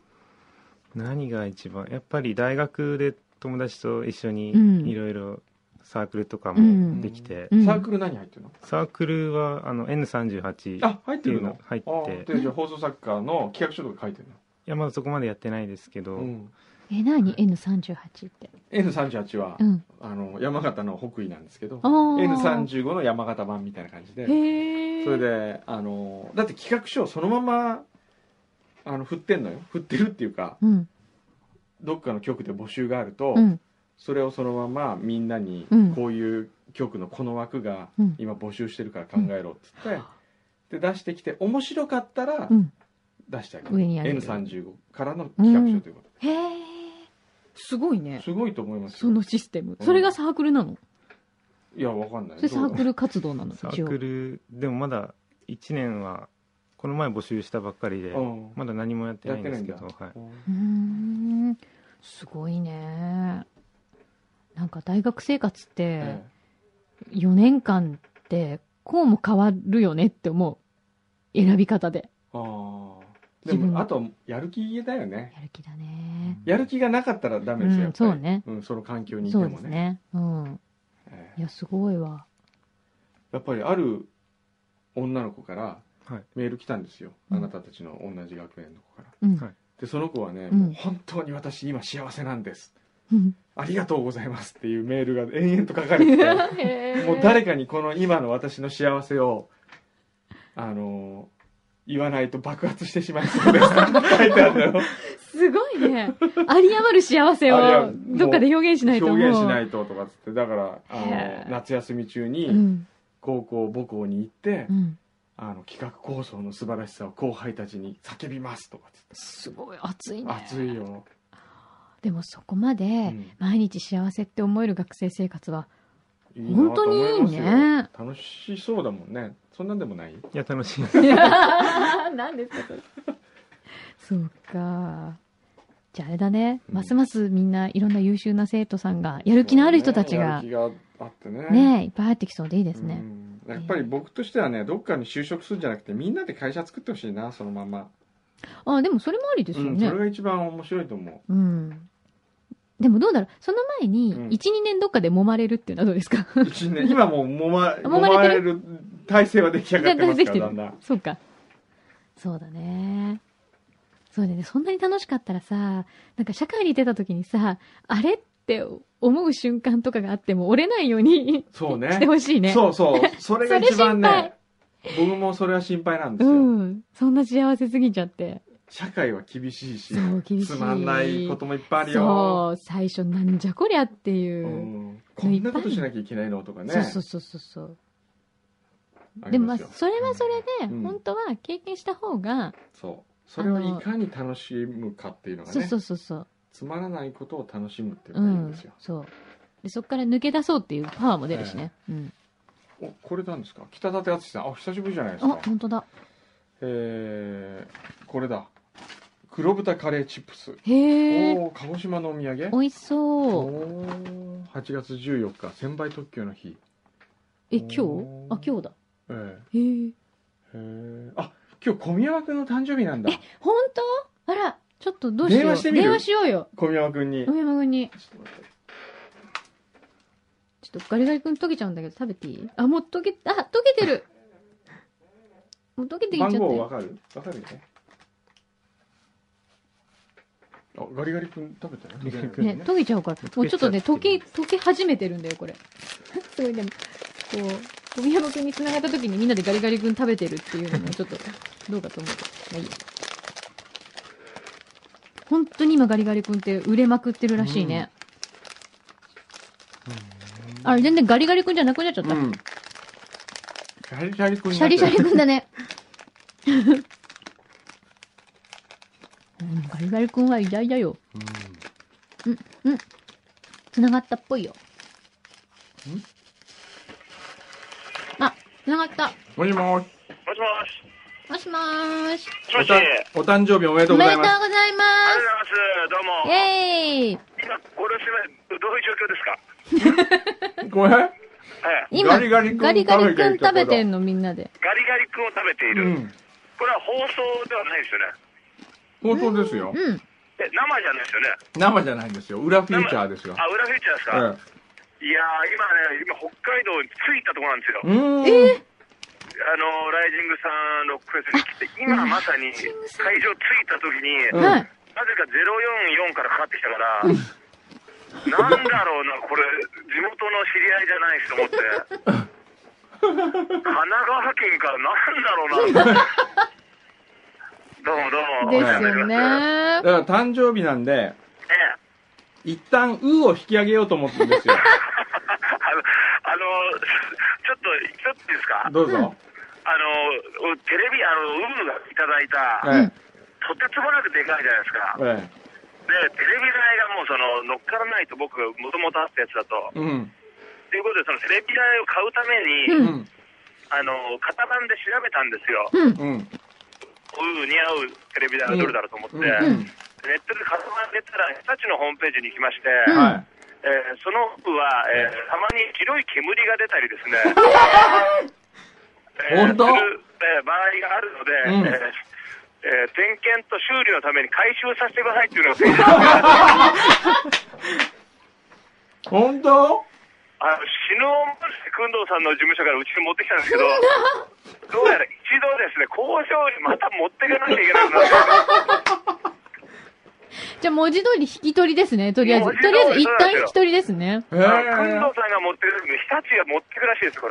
S6: 何が一番やっぱり大学で友達と一緒
S4: うん
S6: にいろいろサークルとか
S4: うん
S6: もできて、
S4: うん
S3: サークル何入ってるの
S6: サークルはあの N38 っ
S3: あ入ってて
S6: い
S3: る
S6: うの
S3: の
S6: 入っ
S3: あ
S6: て
S3: でじゃあ放送作家の企画書とか書いてる
S6: いやまだそこまでやってないですけど、
S3: の、うん、
S4: え、なに ?N38 って。
S3: N38 は、
S4: うん。
S3: あの山形の北緯なんですけど
S4: あー
S3: N35 の山形版みたいな感じで
S4: へえ。
S3: それであのだって企画書をそのままあの振ってんのよ振ってるっていうか
S4: うん。
S3: どっかの局で募集があると、
S4: うん。
S3: それをそのままみんなに、
S4: うん
S3: こういう局のこの枠が
S4: うん
S3: 今募集してるから考えろっつって、で出してきて面白かったら
S4: うん。
S3: 出してあげる、
S4: 上にあげる
S3: N35 からの企画書ということで、
S4: へえ。すごいね。
S3: すごいと思いますよ
S4: そのシステム。
S3: うん
S4: それがサークルなの
S3: いやわかんない
S4: それサーク
S3: ル
S4: ル活動なの
S6: サ
S4: 一
S6: ー
S4: 応
S6: ク。ルでもまだ1年はこの前募集したばっかりで、
S3: うん
S6: まだ何もやってないんですけ
S3: や
S6: ど
S3: っ、
S6: はい、
S4: うーん。すごいね。なんか大学生活って
S3: え、
S4: 4年間って、こうも変わるよねって思う。選び方で。
S3: えああで
S4: 自分
S3: もあとやる気だよね
S4: やる気だね。
S3: やる気がなかったらダメですよ、
S4: うん
S3: やっぱり
S4: そうね
S3: うん、その環境にいて
S4: そ
S3: も
S4: う
S3: ね
S4: ですね。うん。
S3: え
S4: い
S3: え
S4: や、すごいわ。
S3: やっぱりある女の子から
S6: はい
S3: メール来たんですよ、
S4: うん
S3: あなたたちの同じ学年の子から
S4: うん。
S6: はい
S3: でその子はね、
S4: うん
S3: もう本当に私今幸せなんです
S4: うん
S3: ありがとうございますっていうメールが延々と書かれて てもう誰かにこの今の私の幸せをあの言わないと爆発してしまいそうですって書いてあるのよ
S4: すごいね。あり余る幸せ
S3: あり
S4: を
S3: 余る
S4: どっかで表現しないと思う。。
S3: 表現しないいととかっつってだからあ
S4: へえ
S3: の夏休み中に、
S4: うん。
S3: 高校母校に行って、
S4: うん。
S3: あの企画構想の素晴らしさを後輩たちに叫びますとかつって
S4: すごい熱いね。
S3: 熱いよ、
S4: でもそこまで、
S3: ん
S4: 毎日幸せって思える学生生活は、
S3: いいなと思いますよ
S4: 本当にいいね
S3: 楽しそうだもんねそんなんでもない
S6: いや、楽しい。
S4: 何ですかそれ。そうか。じゃああれだね、
S3: うん
S4: ますますみんないろんな優秀な生徒さんが、やる気のある人たちが
S3: や、る気があってね
S4: ねえ、いっぱい入ってきそうでいいですね。
S3: うんやっぱり僕としてはねどっかに就職するんじゃなくてみんなで会社作ってほしいなそのまま、
S4: あ、でもそれもありですよ
S3: うん、そ
S4: ね
S3: れ。が一番面白いと思
S4: うん。でもどうだろうその前に、
S3: うん
S4: 1、2年どっかで揉まれるっていうのはどうですか
S3: う一年今もうもま
S4: 揉まれて
S3: る体制は出来上がってますからだんだん
S4: そうか。そうだね。そうだね。そんなに楽しかったらさ、なんか社会に出た時にさ、あれって思う瞬間とかがあっても折れないように
S3: そうね
S4: してほしいね。
S3: そう そうそれが一番
S4: それ心
S3: ね僕もそれは心配なんです
S4: う
S3: よ、
S4: ん。そんな幸せすぎちゃって。
S3: 社会は厳しいし
S4: そう厳しい
S3: つまんないこともいっぱいあるよ
S4: そう。最初なんじゃこりゃっていうう。
S3: んこんなことしなきゃいけないのとかね
S4: そうそうそうそうそう。
S3: あ
S4: で
S3: り
S4: も
S3: ま
S4: まあ、
S3: すよ
S4: それはそれで、
S3: うん
S4: 本当は経験した方が、
S3: そうそれをいかに楽しむかっていうのが
S4: そう
S3: ね
S4: そうそうそう。
S3: つまらないことを楽しむっていう
S4: う
S3: のがいいんで
S4: ん
S3: すよ、。
S4: そう。で、そこから抜け出そうっていうパワーも出るしね。うん。
S3: おこれなんですか北舘淳さんあ久しぶりじゃないです
S4: あ
S3: か、
S4: 本当だ。
S3: えー、これだ黒豚カレーチップス
S4: へえ。
S3: おお鹿児島のお土産
S4: 美味しそう。
S3: おー8月14日専売特許の日
S4: え、今日
S3: おー
S4: あ、今日だ。
S3: えー
S4: へえ。
S3: へーあ今日小宮山君の誕生日なんだ
S4: 本当あら、ちょっとどうしよう。
S3: 電話してみる
S4: 電話しようよ。
S3: 小宮山君に、
S4: 上山君に。
S3: ちょっと待って
S4: ちょっとガリガリ君溶けちゃうんだけど、食べていいあ、もう溶け、あ、溶け てる。もう溶けてきちゃっ
S3: 番
S4: た
S3: 号わ
S4: よ。
S3: かるわかるよねあガリガリ君食べたよ
S6: ガリガリ君
S4: ね、溶けちゃうから。もうちょっとね、溶け、溶け始めてるんだよ、これ。 すごい、でも、こう、小宮山君に繋がった時にみんなでガリガリ君食べてるっていうのもちょっと、どうかと思うけど。まあいいや本当に今ガリガリ君って売れまくってるらしいね。あれ、全然ガリガリ君じゃなくなっちゃった。
S3: うんシャリシャリ君に
S4: シ
S3: な
S4: ャ
S3: っちゃう
S4: リシャリ君だ ね。うん、ガリガリ君は偉大だよ。うん、うん。繋がったっぽいよ。あ、繋がった。
S3: もしもし
S5: もしもし。
S4: もしもーし。
S5: もしもし。ありが
S3: お誕生日おめで
S4: お
S3: とうござ
S4: めでとう
S3: いま
S4: ご
S3: す
S4: ざいま
S5: とうございます。どう
S4: す。イ
S5: も。
S4: ェーイ。
S5: 今、これすめ、どういう状況ですか
S3: これ
S5: ええ。
S4: 今、
S3: ガリガリ君
S4: ガリガリ君食
S3: 食
S4: べ
S3: べ
S4: て
S3: て
S4: んの、みんなで。
S5: ガリガリ君を食べていうる。
S3: ん
S5: これは放送ではないですよね。
S3: 本当ですよ
S4: うん。
S5: え、生じゃないですよね。
S3: 生じゃないんですよ裏フューチャーですよ
S5: あ、裏フューチャーですか、
S3: え
S5: いやー、今ね、今、北海道に着いたところなんですよ。
S3: えうーん
S5: あの、ライジングさんロックフェスに来て、今まさに
S4: ライジングさん
S5: 会場着いた時に、
S3: うん
S4: はい。
S5: なぜか044からかかってきたから、なんだろうな、これ、地元の知り合いじゃないしと思って、神奈川県からな んだろうな、どうもどうも、
S4: ですよ
S5: お世話になりま
S4: ね
S3: だ。から誕生日なんです
S5: ね
S3: 一旦ウーを引き上げようと思ってるんですよ
S5: あのあの、ちょっと、ちょっといいですか、あ
S3: どうぞ
S5: の、テレビ、あの、ウーがいただいた、
S3: え
S5: とてつもなくでかいじゃないですか
S3: え。え
S5: で、テレビ台がもう、その、乗っからないと僕、もともとあったやつだと。
S3: えうん
S5: ということで、そのテレビ台を買うために、
S4: うん
S3: うん
S5: あの、型番で調べたんですよ。
S4: うん。
S3: うん
S5: うん、似合うテレビ台はどれだろうと思って、
S3: うん
S5: ネ
S4: うん。
S5: ットで型番出たら、日立のホームページに行きまして、
S4: うん
S3: は
S5: えーその奥は、えーたまに白い煙が出たりですね、 えー
S3: 本当
S5: する、えー場合があるので、
S3: うん
S5: えーえー点検と修理のために回収させてくださいっていうのが、
S3: い本当
S5: あの死ぬ思いで工藤さんの事務所からうちに持ってきたんですけど、どうやら一度ですね、交渉にまた持っていかなきゃいけないんだ
S4: じゃあ文字通り引き取りですね、とりあえず。と
S5: 文字通
S4: り
S5: り
S4: あえず一旦引き取りですね。
S3: へ
S5: 工藤
S3: え
S5: さんが持ってくる時に、日立が持ってくらしいです、こ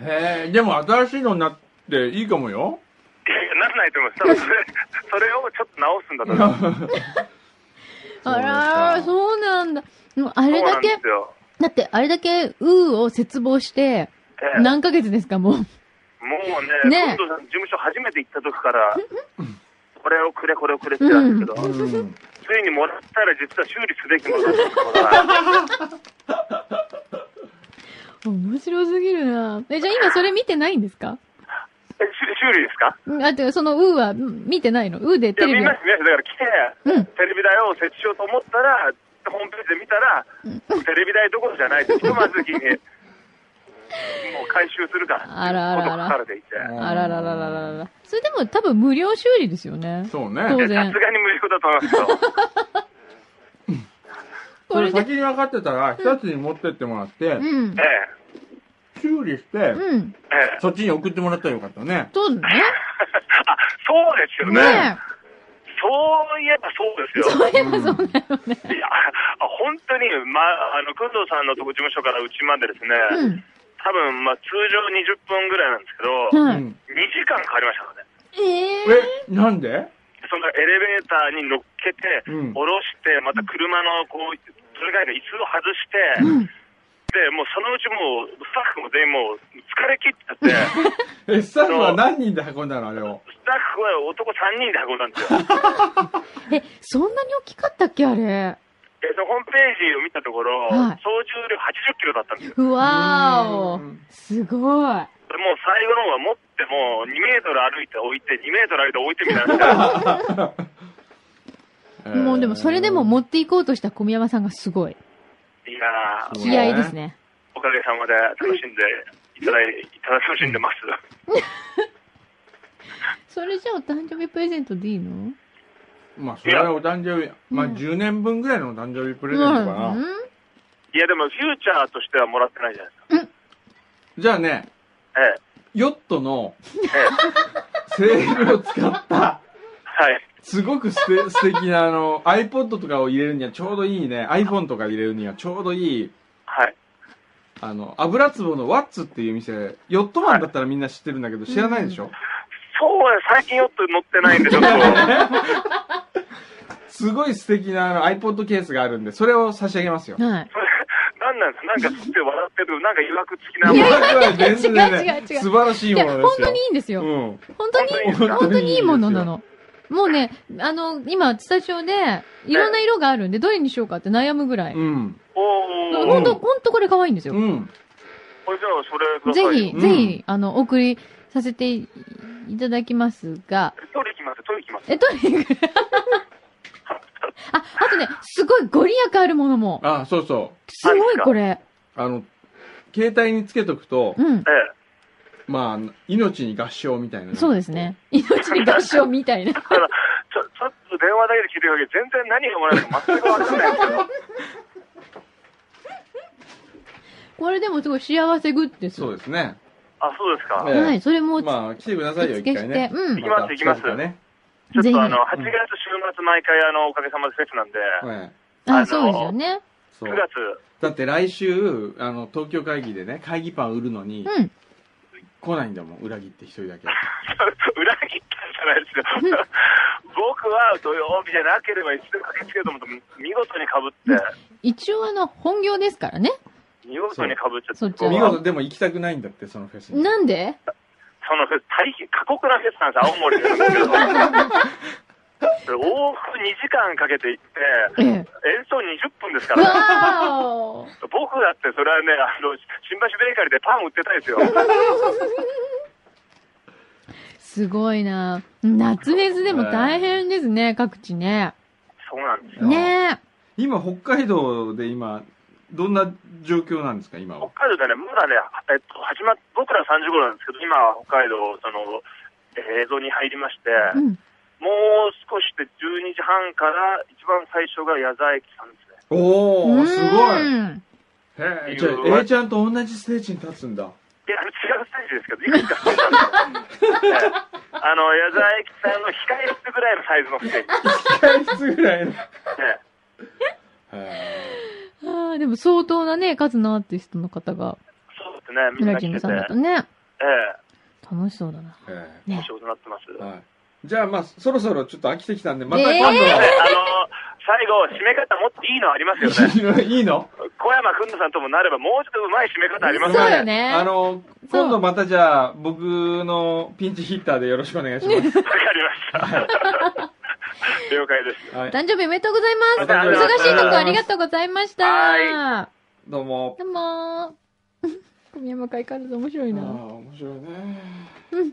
S5: れ。
S3: へえでも新しいのになっていいかもよ
S5: いやいやならないと思います。多分それ、それをちょっと直すんだと思います。
S4: あらー、そうなんだ。でもあ
S5: あ
S4: れだけ、
S5: そうなんですよ。
S4: だってあれだけ、うーを絶望して、
S5: ええ
S4: 何ヶ月ですか、もう。
S5: もう
S4: ね
S5: ね、工藤さんの事務所初めて行った時から、これをくれ、これをくれってたんですけど、ついにもらったら実は修理すべきものだったことが、
S4: 面白すぎるなえ、じゃあ今それ見てないんですか
S5: えし修理ですか
S4: うんあ、てかその、うーはうん見てないの。うーで
S5: いや、
S4: テレ
S5: 見
S4: ビ
S5: ま。す、見ました。だから来
S4: う
S5: て、
S4: ん
S5: テレビ台を設置しようと思ったら、ホームページで見たら、テレビ台どころじゃない って、ひとまずきに、もう回収するから、
S4: あらあらあら
S5: こと書かれていて。
S4: あららららららら。それでも多分無料修理ですよね。
S3: そうね。
S4: 当
S5: い
S4: 然
S5: やさすがに無料だと思いますよ。
S3: そ
S4: これ
S3: れ
S4: で。
S3: 先に分かってたら、日立に持ってってもらって
S4: う、ん
S5: え。え、
S3: 修理して、
S4: うん。
S5: ええ。
S3: そっちに送ってもらったらよかったね。
S4: そうだね。
S5: あ、そうですよね。
S4: ね
S5: そういえばそうですよ。
S4: え。 そういえばそうだよね。
S5: いや、あ本当に、ま、あの、工藤さんのとこ事務所からうちまでですね、
S4: うん。
S5: 多分、ま、通常20分ぐらいなんですけど、
S4: は
S3: う
S4: い。
S3: ん
S5: 2時間かかりましたからね。
S4: ええ。
S3: え、なんで
S5: そのエレベーターに乗っけて、
S3: うん
S5: 下ろして、また車の、こう、それ以外の椅子を外して、で、もうそのうちもう、スタッフも全員もう、疲れ切っちゃって、
S3: え、スタッフは何人で運んだのあれを。
S5: スタッフは男3人で運んだんですよ。
S4: え、そんなに大きかったっけ、あれ。
S5: で、そのホームページを見たところ、
S4: はい
S5: 総重量80キロだったんですよ。
S4: うわーお
S3: うん。
S4: すごい。
S5: もう最後の方は持ってもう2メートル歩いて置いて、2メートル歩いて置いてみたい な。
S4: もうでもそれでも持っていこうとした小宮山さんがすごい。
S5: いやー、
S3: そう
S4: 気合いですね。
S5: おかげさまで楽しんでいただい、いただ楽しんでます。
S4: それじゃあお誕生日プレゼントでいいの
S3: まあ、それはお誕生日、まあ、
S4: うん
S3: 10年分ぐらいのお誕生日プ
S4: プ
S3: レゼントかな。
S5: いや、でもフューチャーとしてはもらってないじゃない
S3: じゃあね、
S5: です
S3: ヨットの
S5: か。ええ、ええ、
S3: セールを使った、
S5: はい。
S3: すごくすて素 敵な、あの、iPod とかを入れるにはちょうどいいね、iPhone とか入れるにはちょうどいい、
S5: はい。
S3: あの、油壺のワッツっていう店、ヨットマンだったらみんな知ってるんだけど、知らないでしょ
S5: そうや、最近よっと乗ってないんで、ちょっと。
S3: すごい素敵なあの iPod ケースがあるんで、それを差し上げますよ。
S4: はい。
S5: なんなんですかなんか吸って笑ってる、なんか誘惑付きな。
S4: いやいや
S3: 全然ね
S4: 違う違う違う
S3: 素晴らしい
S4: い
S3: も
S4: や、
S3: ので
S4: 本
S3: すよ。
S4: 当にいいんですよ。
S3: うん。
S4: 本当に、
S5: 本当に
S4: 本当にいいものなの。もうね、あの、今、スタジオで、いろんな色があるんで、どれにしようかって悩むぐらい。
S3: うん。
S5: お
S4: 本
S5: ー。
S4: 当、本当これ可愛いんですよ。
S3: うん。
S5: これじゃあ、それくだ
S4: ぜ
S5: さいよ。
S4: ひ、ぜひ、あの、お送りさせていただきますが、
S5: 取り行きます、取り行きます。
S4: え、とにかくあ、あとね、すごいご利益あるものも。
S3: あ、そうそ
S4: すごいこれ。
S3: う。あの、携帯につけとくと
S4: う、ん。
S5: ええ。
S3: まあ、命に合唱みたいなね。
S4: そうですね。命に合唱みたいな。
S5: ただ、ちょ、ちょっと電話だけで聞いてるわけで全然何がもらえるか全くわかんないんで すよ。
S4: これでもすごい幸せグッズです
S3: そう
S4: よ。
S3: ですね。
S5: あ、そうですか。
S3: ええ
S4: はい、それも、
S3: まあ、来てくださいよ、
S4: 付
S3: 一
S4: けし
S3: 回
S4: て
S3: ね。。
S4: うん。
S5: 行きます
S3: た
S5: 行きます
S3: 近々ね。
S5: ちょっ
S4: ぜひ
S5: とあの、8
S3: うん
S5: 月週末毎回あの、おかげさまでフェスなんで、
S3: ええ
S5: あ
S4: あ、
S5: の
S4: そうですよね。
S3: そ
S5: 9
S3: う。
S5: 月、
S3: だって来週、あの、東京会議でね、会議パン売るのに、
S4: うん。
S3: 来ないんだもん、裏切って一人だけ。
S5: 裏切ったんじゃないですけど、 僕は土曜日じゃなければいつでも駆けつけると思って、見事にかぶって、
S4: 一応あの、本業ですからね。
S5: 見事にかぶっちゃって、
S4: そうそっちは
S5: 僕
S3: 見
S5: は
S3: 事、でも行きたくないんだって、そのフェスに。
S4: なんで
S5: そのフェス、大変過酷なフェスなんです、青森でなんですけど。往復2時間かけて行って、
S4: ええ。
S5: 演奏20分ですから、ね、
S4: わお
S5: 僕だってそれはね、あの、新橋ベーカリーでパン売ってたいですよ。
S4: すごいな夏フェスでも大変ですね、各地ね。
S5: そうなんですよ。
S4: ね
S3: 今、北海道で今、どんな状況なんですか、今は。
S5: 北海道でね、まだね、えっと、始まっ僕ら3時頃なんですけど、今、北海道、その、えー映像に入りまして、
S4: え。うん。
S5: もう少しで12時半から、一番最初が矢沢駅さんですね。
S3: お
S4: う
S3: ー、
S4: ん
S3: すごい。へえ、じゃ
S5: い
S3: あ
S5: や、
S3: A ちゃんと同じステージに立つん だ。
S5: いや、あの違うステージですけど、いくつか飛んだんですよええあの、矢沢駅さんの控え室ぐらいのサイズのステージ
S3: 控え室ぐらいの。
S5: ですね。
S3: へ
S4: ああ、でも相当なね、数のアーティストの方が、
S5: そうですね、みん
S4: 村
S5: な来
S4: キング
S5: てて、
S4: さんだと
S5: え
S4: ね。
S5: え
S4: 楽しそうだな。
S3: え
S5: お仕事になってます。
S3: はい。じゃあ、まあ、そろそろちょっと飽きてきたんで、また
S4: え
S3: 今度、
S5: あの、最後、締め方もっといいのありますよね。
S3: いいの
S5: 小山くんのさんともなれば、もうちょっと上手い締め方あります
S4: そう
S5: よ
S4: よ
S5: ね。
S4: ね
S3: あの、
S4: そう
S3: 今度またじゃあ、僕のピンチヒッターでよろしくお願いし ます。
S5: わかりました。 了解です。
S3: はい、
S4: 誕生日おめでとうございます。
S5: ありがとうご
S4: 忙
S5: ざいます
S4: しいとこありがとうございました
S5: は。
S3: どうも。
S4: どうもー。小宮山会からず面白い
S3: ああ、
S4: な。
S3: 面白いね。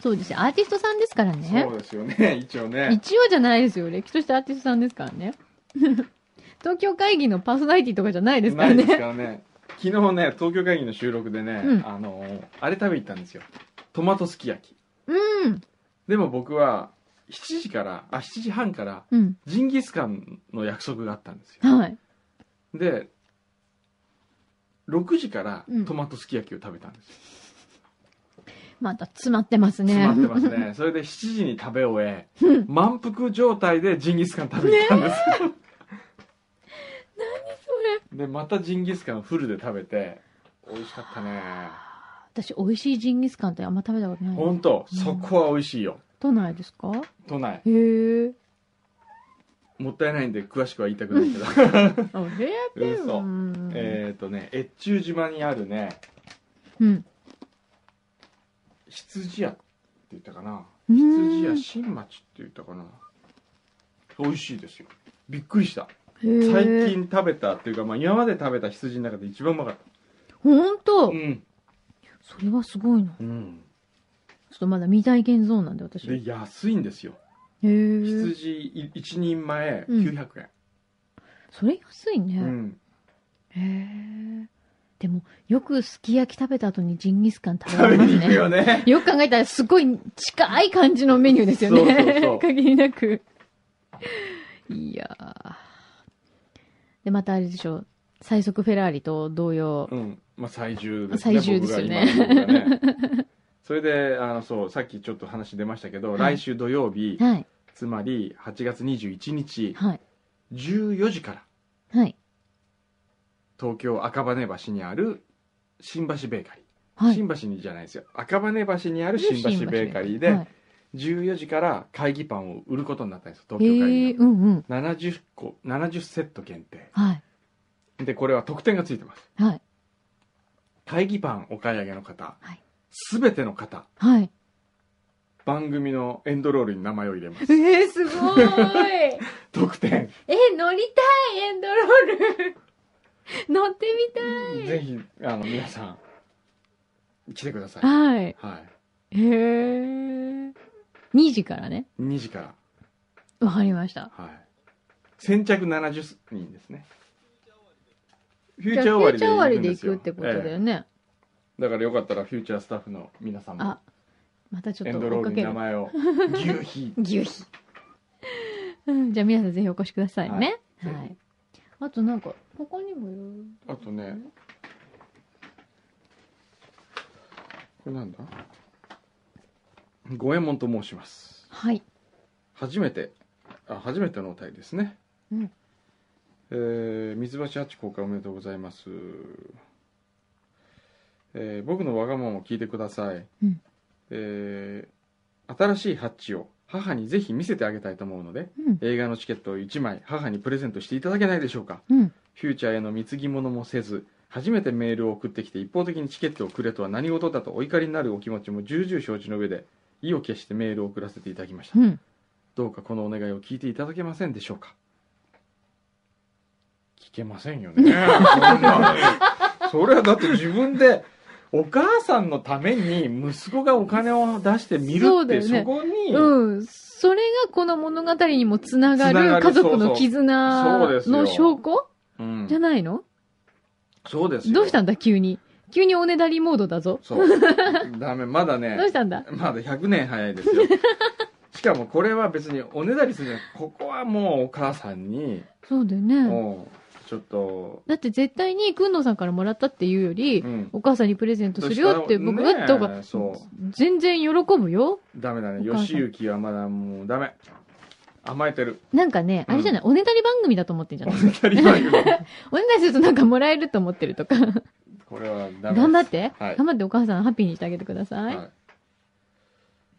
S4: そうですよ。アーティストさんですからね
S3: そ。うですよね、一応ね。
S4: 一応じゃないですよ。歴史としてアーティストさんですから ね。東京会議のパーソナリティとかじゃないですか
S3: な
S4: ら
S3: いです
S4: ね。
S3: からね。昨日ね、東京会議の収録でね、
S4: うん
S3: あのー、あれ食べに行ったんですよ。トマトすき焼き。
S4: うん。
S3: でも僕は、7時から、あ、7時半から、
S4: うん。
S3: ジンギスカンの約束があったんですよ。
S4: はい。
S3: で、6時から
S4: うん
S3: トマトすき焼きを食べたんですよ。
S4: また詰まってますね。
S3: 詰まってます ね。それで7時に食べ終え、満腹状態でジンギスカン食べに行ったんです よ。
S4: それ。
S3: で、またジンギスカンフルで食べて、美味しかったね。
S4: 私、美味しいジンギスカンってあんま食べたことない。
S3: ほんと、そこは美味しいよ。
S4: 都内ですか
S3: 都内。
S4: へえ。
S3: もったいないんで詳しくは言いたくないけど
S4: あ、へえ。
S3: 嘘
S4: うん
S3: えっとね越中島にあるね
S4: うん。
S3: 羊屋って言ったかな
S4: う
S3: 羊屋
S4: ん。
S3: 新町って言ったかな美味しいですよびっくりした最
S4: 最。
S3: 近食べたっていうか、まあ、今まで食べた羊の中で一番うまかっ
S4: ほん
S3: た
S4: と
S3: うん
S4: それはすごいな。
S3: うん
S4: ちょっとまだ未体験ゾーンなんで、私。へ
S3: で安いんですよ
S4: え。
S3: 羊い一人前
S4: うん
S3: 900円
S4: それ安いね。
S3: うん、
S4: へえ。でも、よくすき焼き食べた後にジンギスカン食
S3: 食
S4: べ
S3: べ
S4: れます
S3: に行く
S4: ね。
S3: よね
S4: よく考えたら、すごい近い感じのメニューですよね。
S3: そうそうそう
S4: 限りなく。いやーで、またあれでしょう。最速フェラーリと同様。
S3: うんまあ最重ですね
S4: 最重ですよね
S3: 僕が今の僕が ねそれであのそうさっきちょっと話出ましたけど、
S4: はい
S3: 来週土曜日、
S4: はい。
S3: つまり8月21日
S4: はい。
S3: 14時から
S4: はい。
S3: 東京赤羽橋にある新橋ベーカリー、
S4: はい。
S3: 新橋にじゃないですよ赤羽橋にある新橋ベーカリーで
S4: はい
S3: 14時から会議パンを売ることになったんですよ東京会
S4: へえ
S3: 議
S4: うんうん。
S3: パン70個70セット限定
S4: はい。
S3: でこれは特典がついてます
S4: はい。
S3: 会議パンお買い上げの方、
S4: はい
S3: すべ全ての方
S4: はい。
S3: 番組のエンドロールに名前を入れ ます
S4: えー、すごーい。
S3: 特典
S4: え、乗りたい、エンドロール。乗ってみた
S3: ぜ
S4: い。
S3: ひあの皆さん来てください、
S4: はい。
S3: は
S4: へえ。2時からね。
S3: い、2時から
S4: わかりました。
S3: はい。先着70人ですね。フュ
S4: じゃ
S3: ー
S4: あ
S3: チャー終わり
S4: フ
S3: で
S4: ュー
S3: 行くんで
S4: チャー終わりで行
S3: すよ。
S4: くってことだ
S3: え
S4: よね。
S3: えだからよかったらフューチャースタッフの皆さんも
S4: あ、またちょ
S3: エ
S4: っ
S3: ンド
S4: と追
S3: ロ
S4: っ
S3: ール
S4: か
S3: に
S4: ける
S3: 名。前 を牛皮
S4: 牛皮。 うんじゃあ皆さんぜひお越しくださいね。は。
S3: はいい
S4: あとなんか、他にもいろいろ
S3: あとね。これなんだ五右衛門と申します。
S4: はい。
S3: 初めて、あ、初めてのお便りですね。
S4: うん
S3: えー、水橋八公開おめでとうございます。えー僕のわがままを聞いてください。
S4: うん
S3: えー新しいハッチを母にぜひ見せてあげたいと思うので、
S4: うん。
S3: 映画のチケットを1枚母にプレゼントしていただけないでしょうか。
S4: うん。
S3: フューチャーへの貢ぎ物もせず、初めてメールを送ってきて一方的にチケットをくれとは何事だとお怒りになるお気持ちも重々承知の上で、意を決してメールを送らせていただきました。
S4: うん。
S3: どうかこのお願いを聞いていただけませんでしょうか聞けませんよ ねそんなそれはだって自分でお母さんのために息子がお金を出して見る
S4: そう
S3: って
S4: だよ
S3: そ,、
S4: ね
S3: こに、
S4: うん。それがこの物語にもつなが
S3: つな
S4: る
S3: がる
S4: 家族の
S3: そうそうそう
S4: 絆
S3: ですよ
S4: の証拠
S3: うん
S4: じゃないの
S3: そうですよ
S4: どうしたんだ急に。急におねだりモードだぞ。
S3: そう ダメまだ
S4: どうし
S3: ね
S4: たんだ
S3: まだ100年早いです よしかもこれは別におねだりするんじゃないここはもうお母さんに、
S4: そうだよね。
S3: もうちょっと、
S4: だって絶対に、くんのさんからもらったっていうより
S3: う、ん、
S4: お母さんにプレゼントするよって僕が言った方
S3: ね
S4: が
S3: え、そう
S4: 全然喜ぶよ。
S3: ダメだね。
S4: お母さん
S3: 吉行はまだもうダメ。甘えてる。
S4: なんかね、
S3: うん
S4: あれじゃない、おねだり番組だと思ってんじ ゃない
S3: 二人番組
S4: おねだりするとなんかもらえると思って るとか。
S3: これはダメです。
S4: 頑張って、
S3: はい
S4: 頑張ってお母さんハッピーにしてあげてください。
S3: はい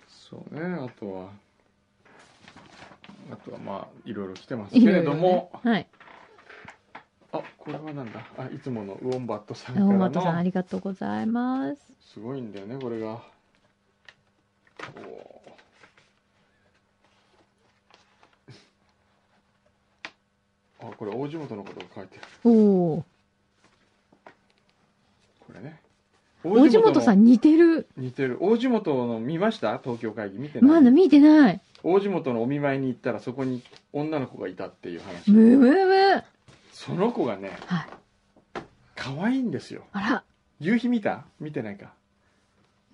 S3: そうね、あとは。あとはまあいろいろ来てます
S4: い
S3: け
S4: ろ
S3: れ
S4: いろ
S3: ど
S4: ね
S3: も、
S4: はい。
S3: あこれはなんだあいつものウォンバットさんか
S4: 大
S3: ら
S4: 本さん、あ
S3: の
S4: りがとうございます。
S3: すごいんだよねこれがおーあこれ大地元のことが書いてある
S4: おお。
S3: これね
S4: 大地元さ
S3: の
S4: ん似てる。
S3: 似てる大地元の見ました東京会議見てない、
S4: まだ見てない。
S3: 大地元のお見舞いに行ったらそこに女の子がいたっていう話
S4: ムームームー。
S3: その子がね
S4: はい。
S3: 可愛いんですよ
S4: あら、
S3: 夕日見た見てないか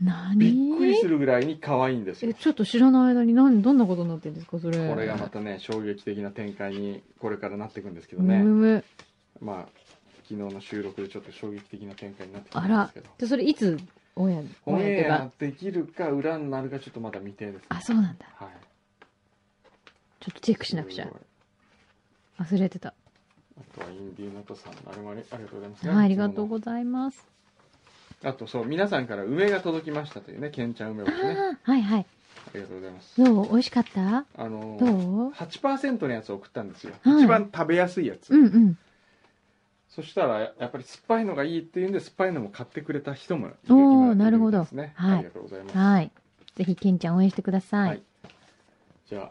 S4: 何
S3: びっくりするぐらいに可愛いんですよ
S4: え、ちょっと知らない間に何、どんなことになってんですか、それ。
S3: これがまたね衝撃的な展開にこれからなっていくんですけど
S4: ムー
S3: ね、
S4: ムー。
S3: まあ昨日の収録でちょっと衝撃的な展開になってきた
S4: あ
S3: んで
S4: ら
S3: すけど、
S4: じゃあそれいつオンエア、オ
S3: オ
S4: ン
S3: ン
S4: エアってい
S3: エアで
S4: うか。
S3: きるか裏になるかちょっとまだ未定です、ね、
S4: あ、そうなんだ。
S3: はい
S4: ちょっとチェックしなくちゃ
S3: す。ごい
S4: 忘れてた。
S3: あとはインディーナトさんあれもありありがとうございます、ね
S4: はい、ありがと
S3: い
S4: う
S3: つも
S4: ございます。
S3: のあとそう皆さんから梅が届きましたというねけんちゃん梅干
S4: あ
S3: しね
S4: あ、はいはい。
S3: ありがとうございます
S4: どう美味しかった
S3: あの
S4: どう
S3: 8%のやつを送ったんですよ、
S4: はい
S3: 一番食べやすいやつ、
S4: うんうん。
S3: そしたらややっぱり酸っぱいのがいいっていうんで酸っぱいのも買ってくれた人もいる
S4: おー
S3: 今
S4: なるほど
S3: いですね、
S4: は
S3: あ
S4: い
S3: りがとうございます、
S4: はい。ぜひ、ケンちゃん応援してくださ
S3: はいい。じゃあ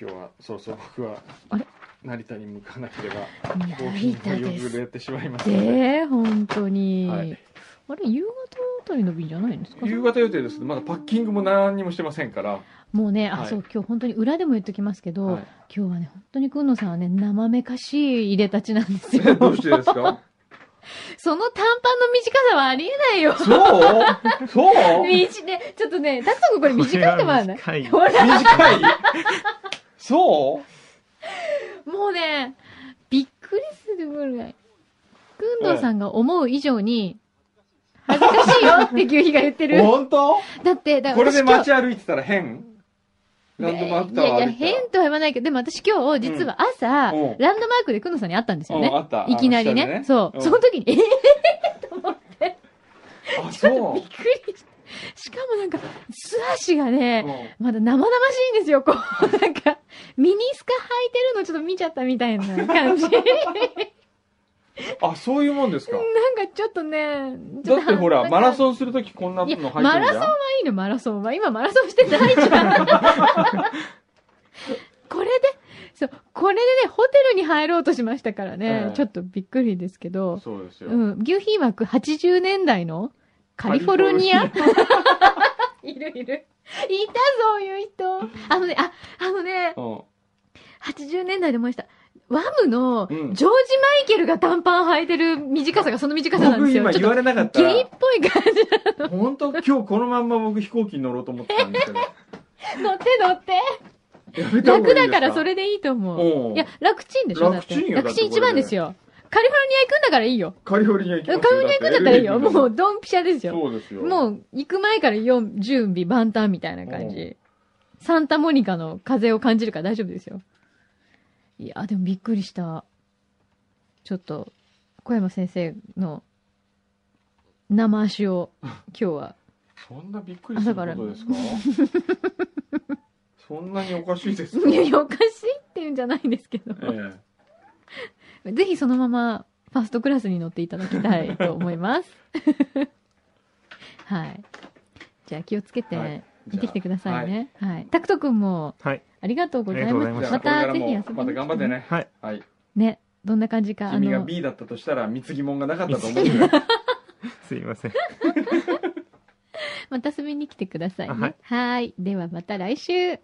S3: 今日はそろそろ僕は
S4: あれ
S3: 成田に向かなければ
S4: 成田
S3: コーヒー
S4: で
S3: も
S4: す。
S3: れてしまいますので
S4: えー、本当に。
S3: はい
S4: あれ、夕方あたりの便じゃないんですか
S3: 夕方予定ですけどまだパッキングも何にもしてませんから、
S4: もうね、あ、
S3: はい
S4: そう、今日本当に裏でも言っときますけど、
S3: はい。
S4: 今日はね、本当にくんのさんはね、生めかしいいでたちなんですよ
S3: どうしてですか
S4: その短パンの短さはありえないよ。
S3: そうそう
S4: 短ね、ちょっとね、達くんこれ 短いってもらわ ない
S6: これは短い
S4: ほら、
S3: 短いそう
S4: もうね、びっくりするぐらい。くんどうさんが思う以上に、恥ずかしいよって牛皮が言ってる。
S3: 本当
S4: だって、だ
S3: これで
S4: 私今日
S3: 街歩いてたら変ランドマークタワー
S4: いやいや、
S3: 歩てたら
S4: 変とは言わないけど、でも私今日、実は朝、
S3: うん
S4: ランドマークでくんのさんに会ったんですよね
S3: うん。あった
S4: いきなりね。
S3: あの下でね
S4: そ
S3: う
S4: う、
S3: ん
S4: その時に、えー
S3: あ
S4: ちょっと
S3: そ
S4: びっくりした。しかもなんか、素足が
S3: う、
S4: ね、
S3: うん
S4: まだ生々しいんですよ、こう。 なんか、ミニスカ履いてるのちょっと見ちゃったみたいな 感じ。なんか
S3: あそういうもんですか
S4: ちょっとね、ち
S3: だ
S4: ょと
S3: ってほらマラ
S4: ン。
S3: ソンするときこんなの履いてるじゃん
S4: いやマラソンいいの、マラソンは。今マラソンしてないじ ゃん。これで、そう、これでね、ホテルに入ろうとしましたからね、
S3: ええ
S4: ちょっとびっくりですけど。
S3: そうですよ、
S4: うん、牛皮枠80年代のカリフォルニア いるいる。いた、そういう人。あのね、あ、あのね、
S3: うん
S4: 80年代で思いました。ワムのジ
S3: う
S4: ョー
S3: ん
S4: ジ・マイケルが短パン履いてる短さがその短さなんで
S3: 僕
S4: すよ。
S3: 今
S4: ち
S3: 言
S4: ょっ
S3: われなかっ
S4: と
S3: た
S4: ゲイっ
S3: ら、
S4: ぽい感じ。
S3: 本当今日このまんま僕飛行機に乗ろうと思ってたんですけど。
S4: 乗って乗って。
S3: やめた方が
S4: 楽
S3: いいです
S4: だからそれでいいと思う。
S3: おう
S4: いや、楽ちんでしょだって。
S3: 楽ちんよだ
S4: 楽ちん
S3: ってこれで
S4: 一番ですよ。カリフォルニア行くんだからいいよ。
S3: カリフォルニア行き
S4: カ
S3: ま
S4: リ
S3: す
S4: フォルニア行くんだったらいいよ。もう、ドンピシャですよ。
S3: そうですよ。
S4: もう、行く前から4準備万端みたいな感
S3: う
S4: じ。サンタモニカの風を感じるから大丈夫ですよ。いや、でもびっくりした。ちょっと、小山先生の生足を今日は。
S3: そんなびっくりすることですかそんなにおかしいですか
S4: いやいや、おかしいっていうんじゃないんですけど。
S3: え
S4: ぜひそのままファーストクラスに乗っていただきたいと思います。 はい。じゃあ気をつけ
S3: は
S4: て
S3: い
S4: 行ってきてくださいね。はい。タクト君も
S6: はい。
S4: ありがとうござい
S6: ありがとうご
S4: ます
S6: ざ
S3: え。
S6: い。ま
S3: じ
S6: し
S3: ゃ
S6: た
S3: あ、これから
S4: またぜひ遊びに
S3: も
S4: 来て
S3: また頑張ってね。
S6: はい。
S3: はい。
S4: ね、どんな感じか、あ
S3: 君が
S4: の、
S3: B だったとしたら、貢ぎ物がなかったと 思うよ。
S6: すいません。
S4: また遊びに来てくださいね。
S6: あはい
S4: はーい。ではまた来週。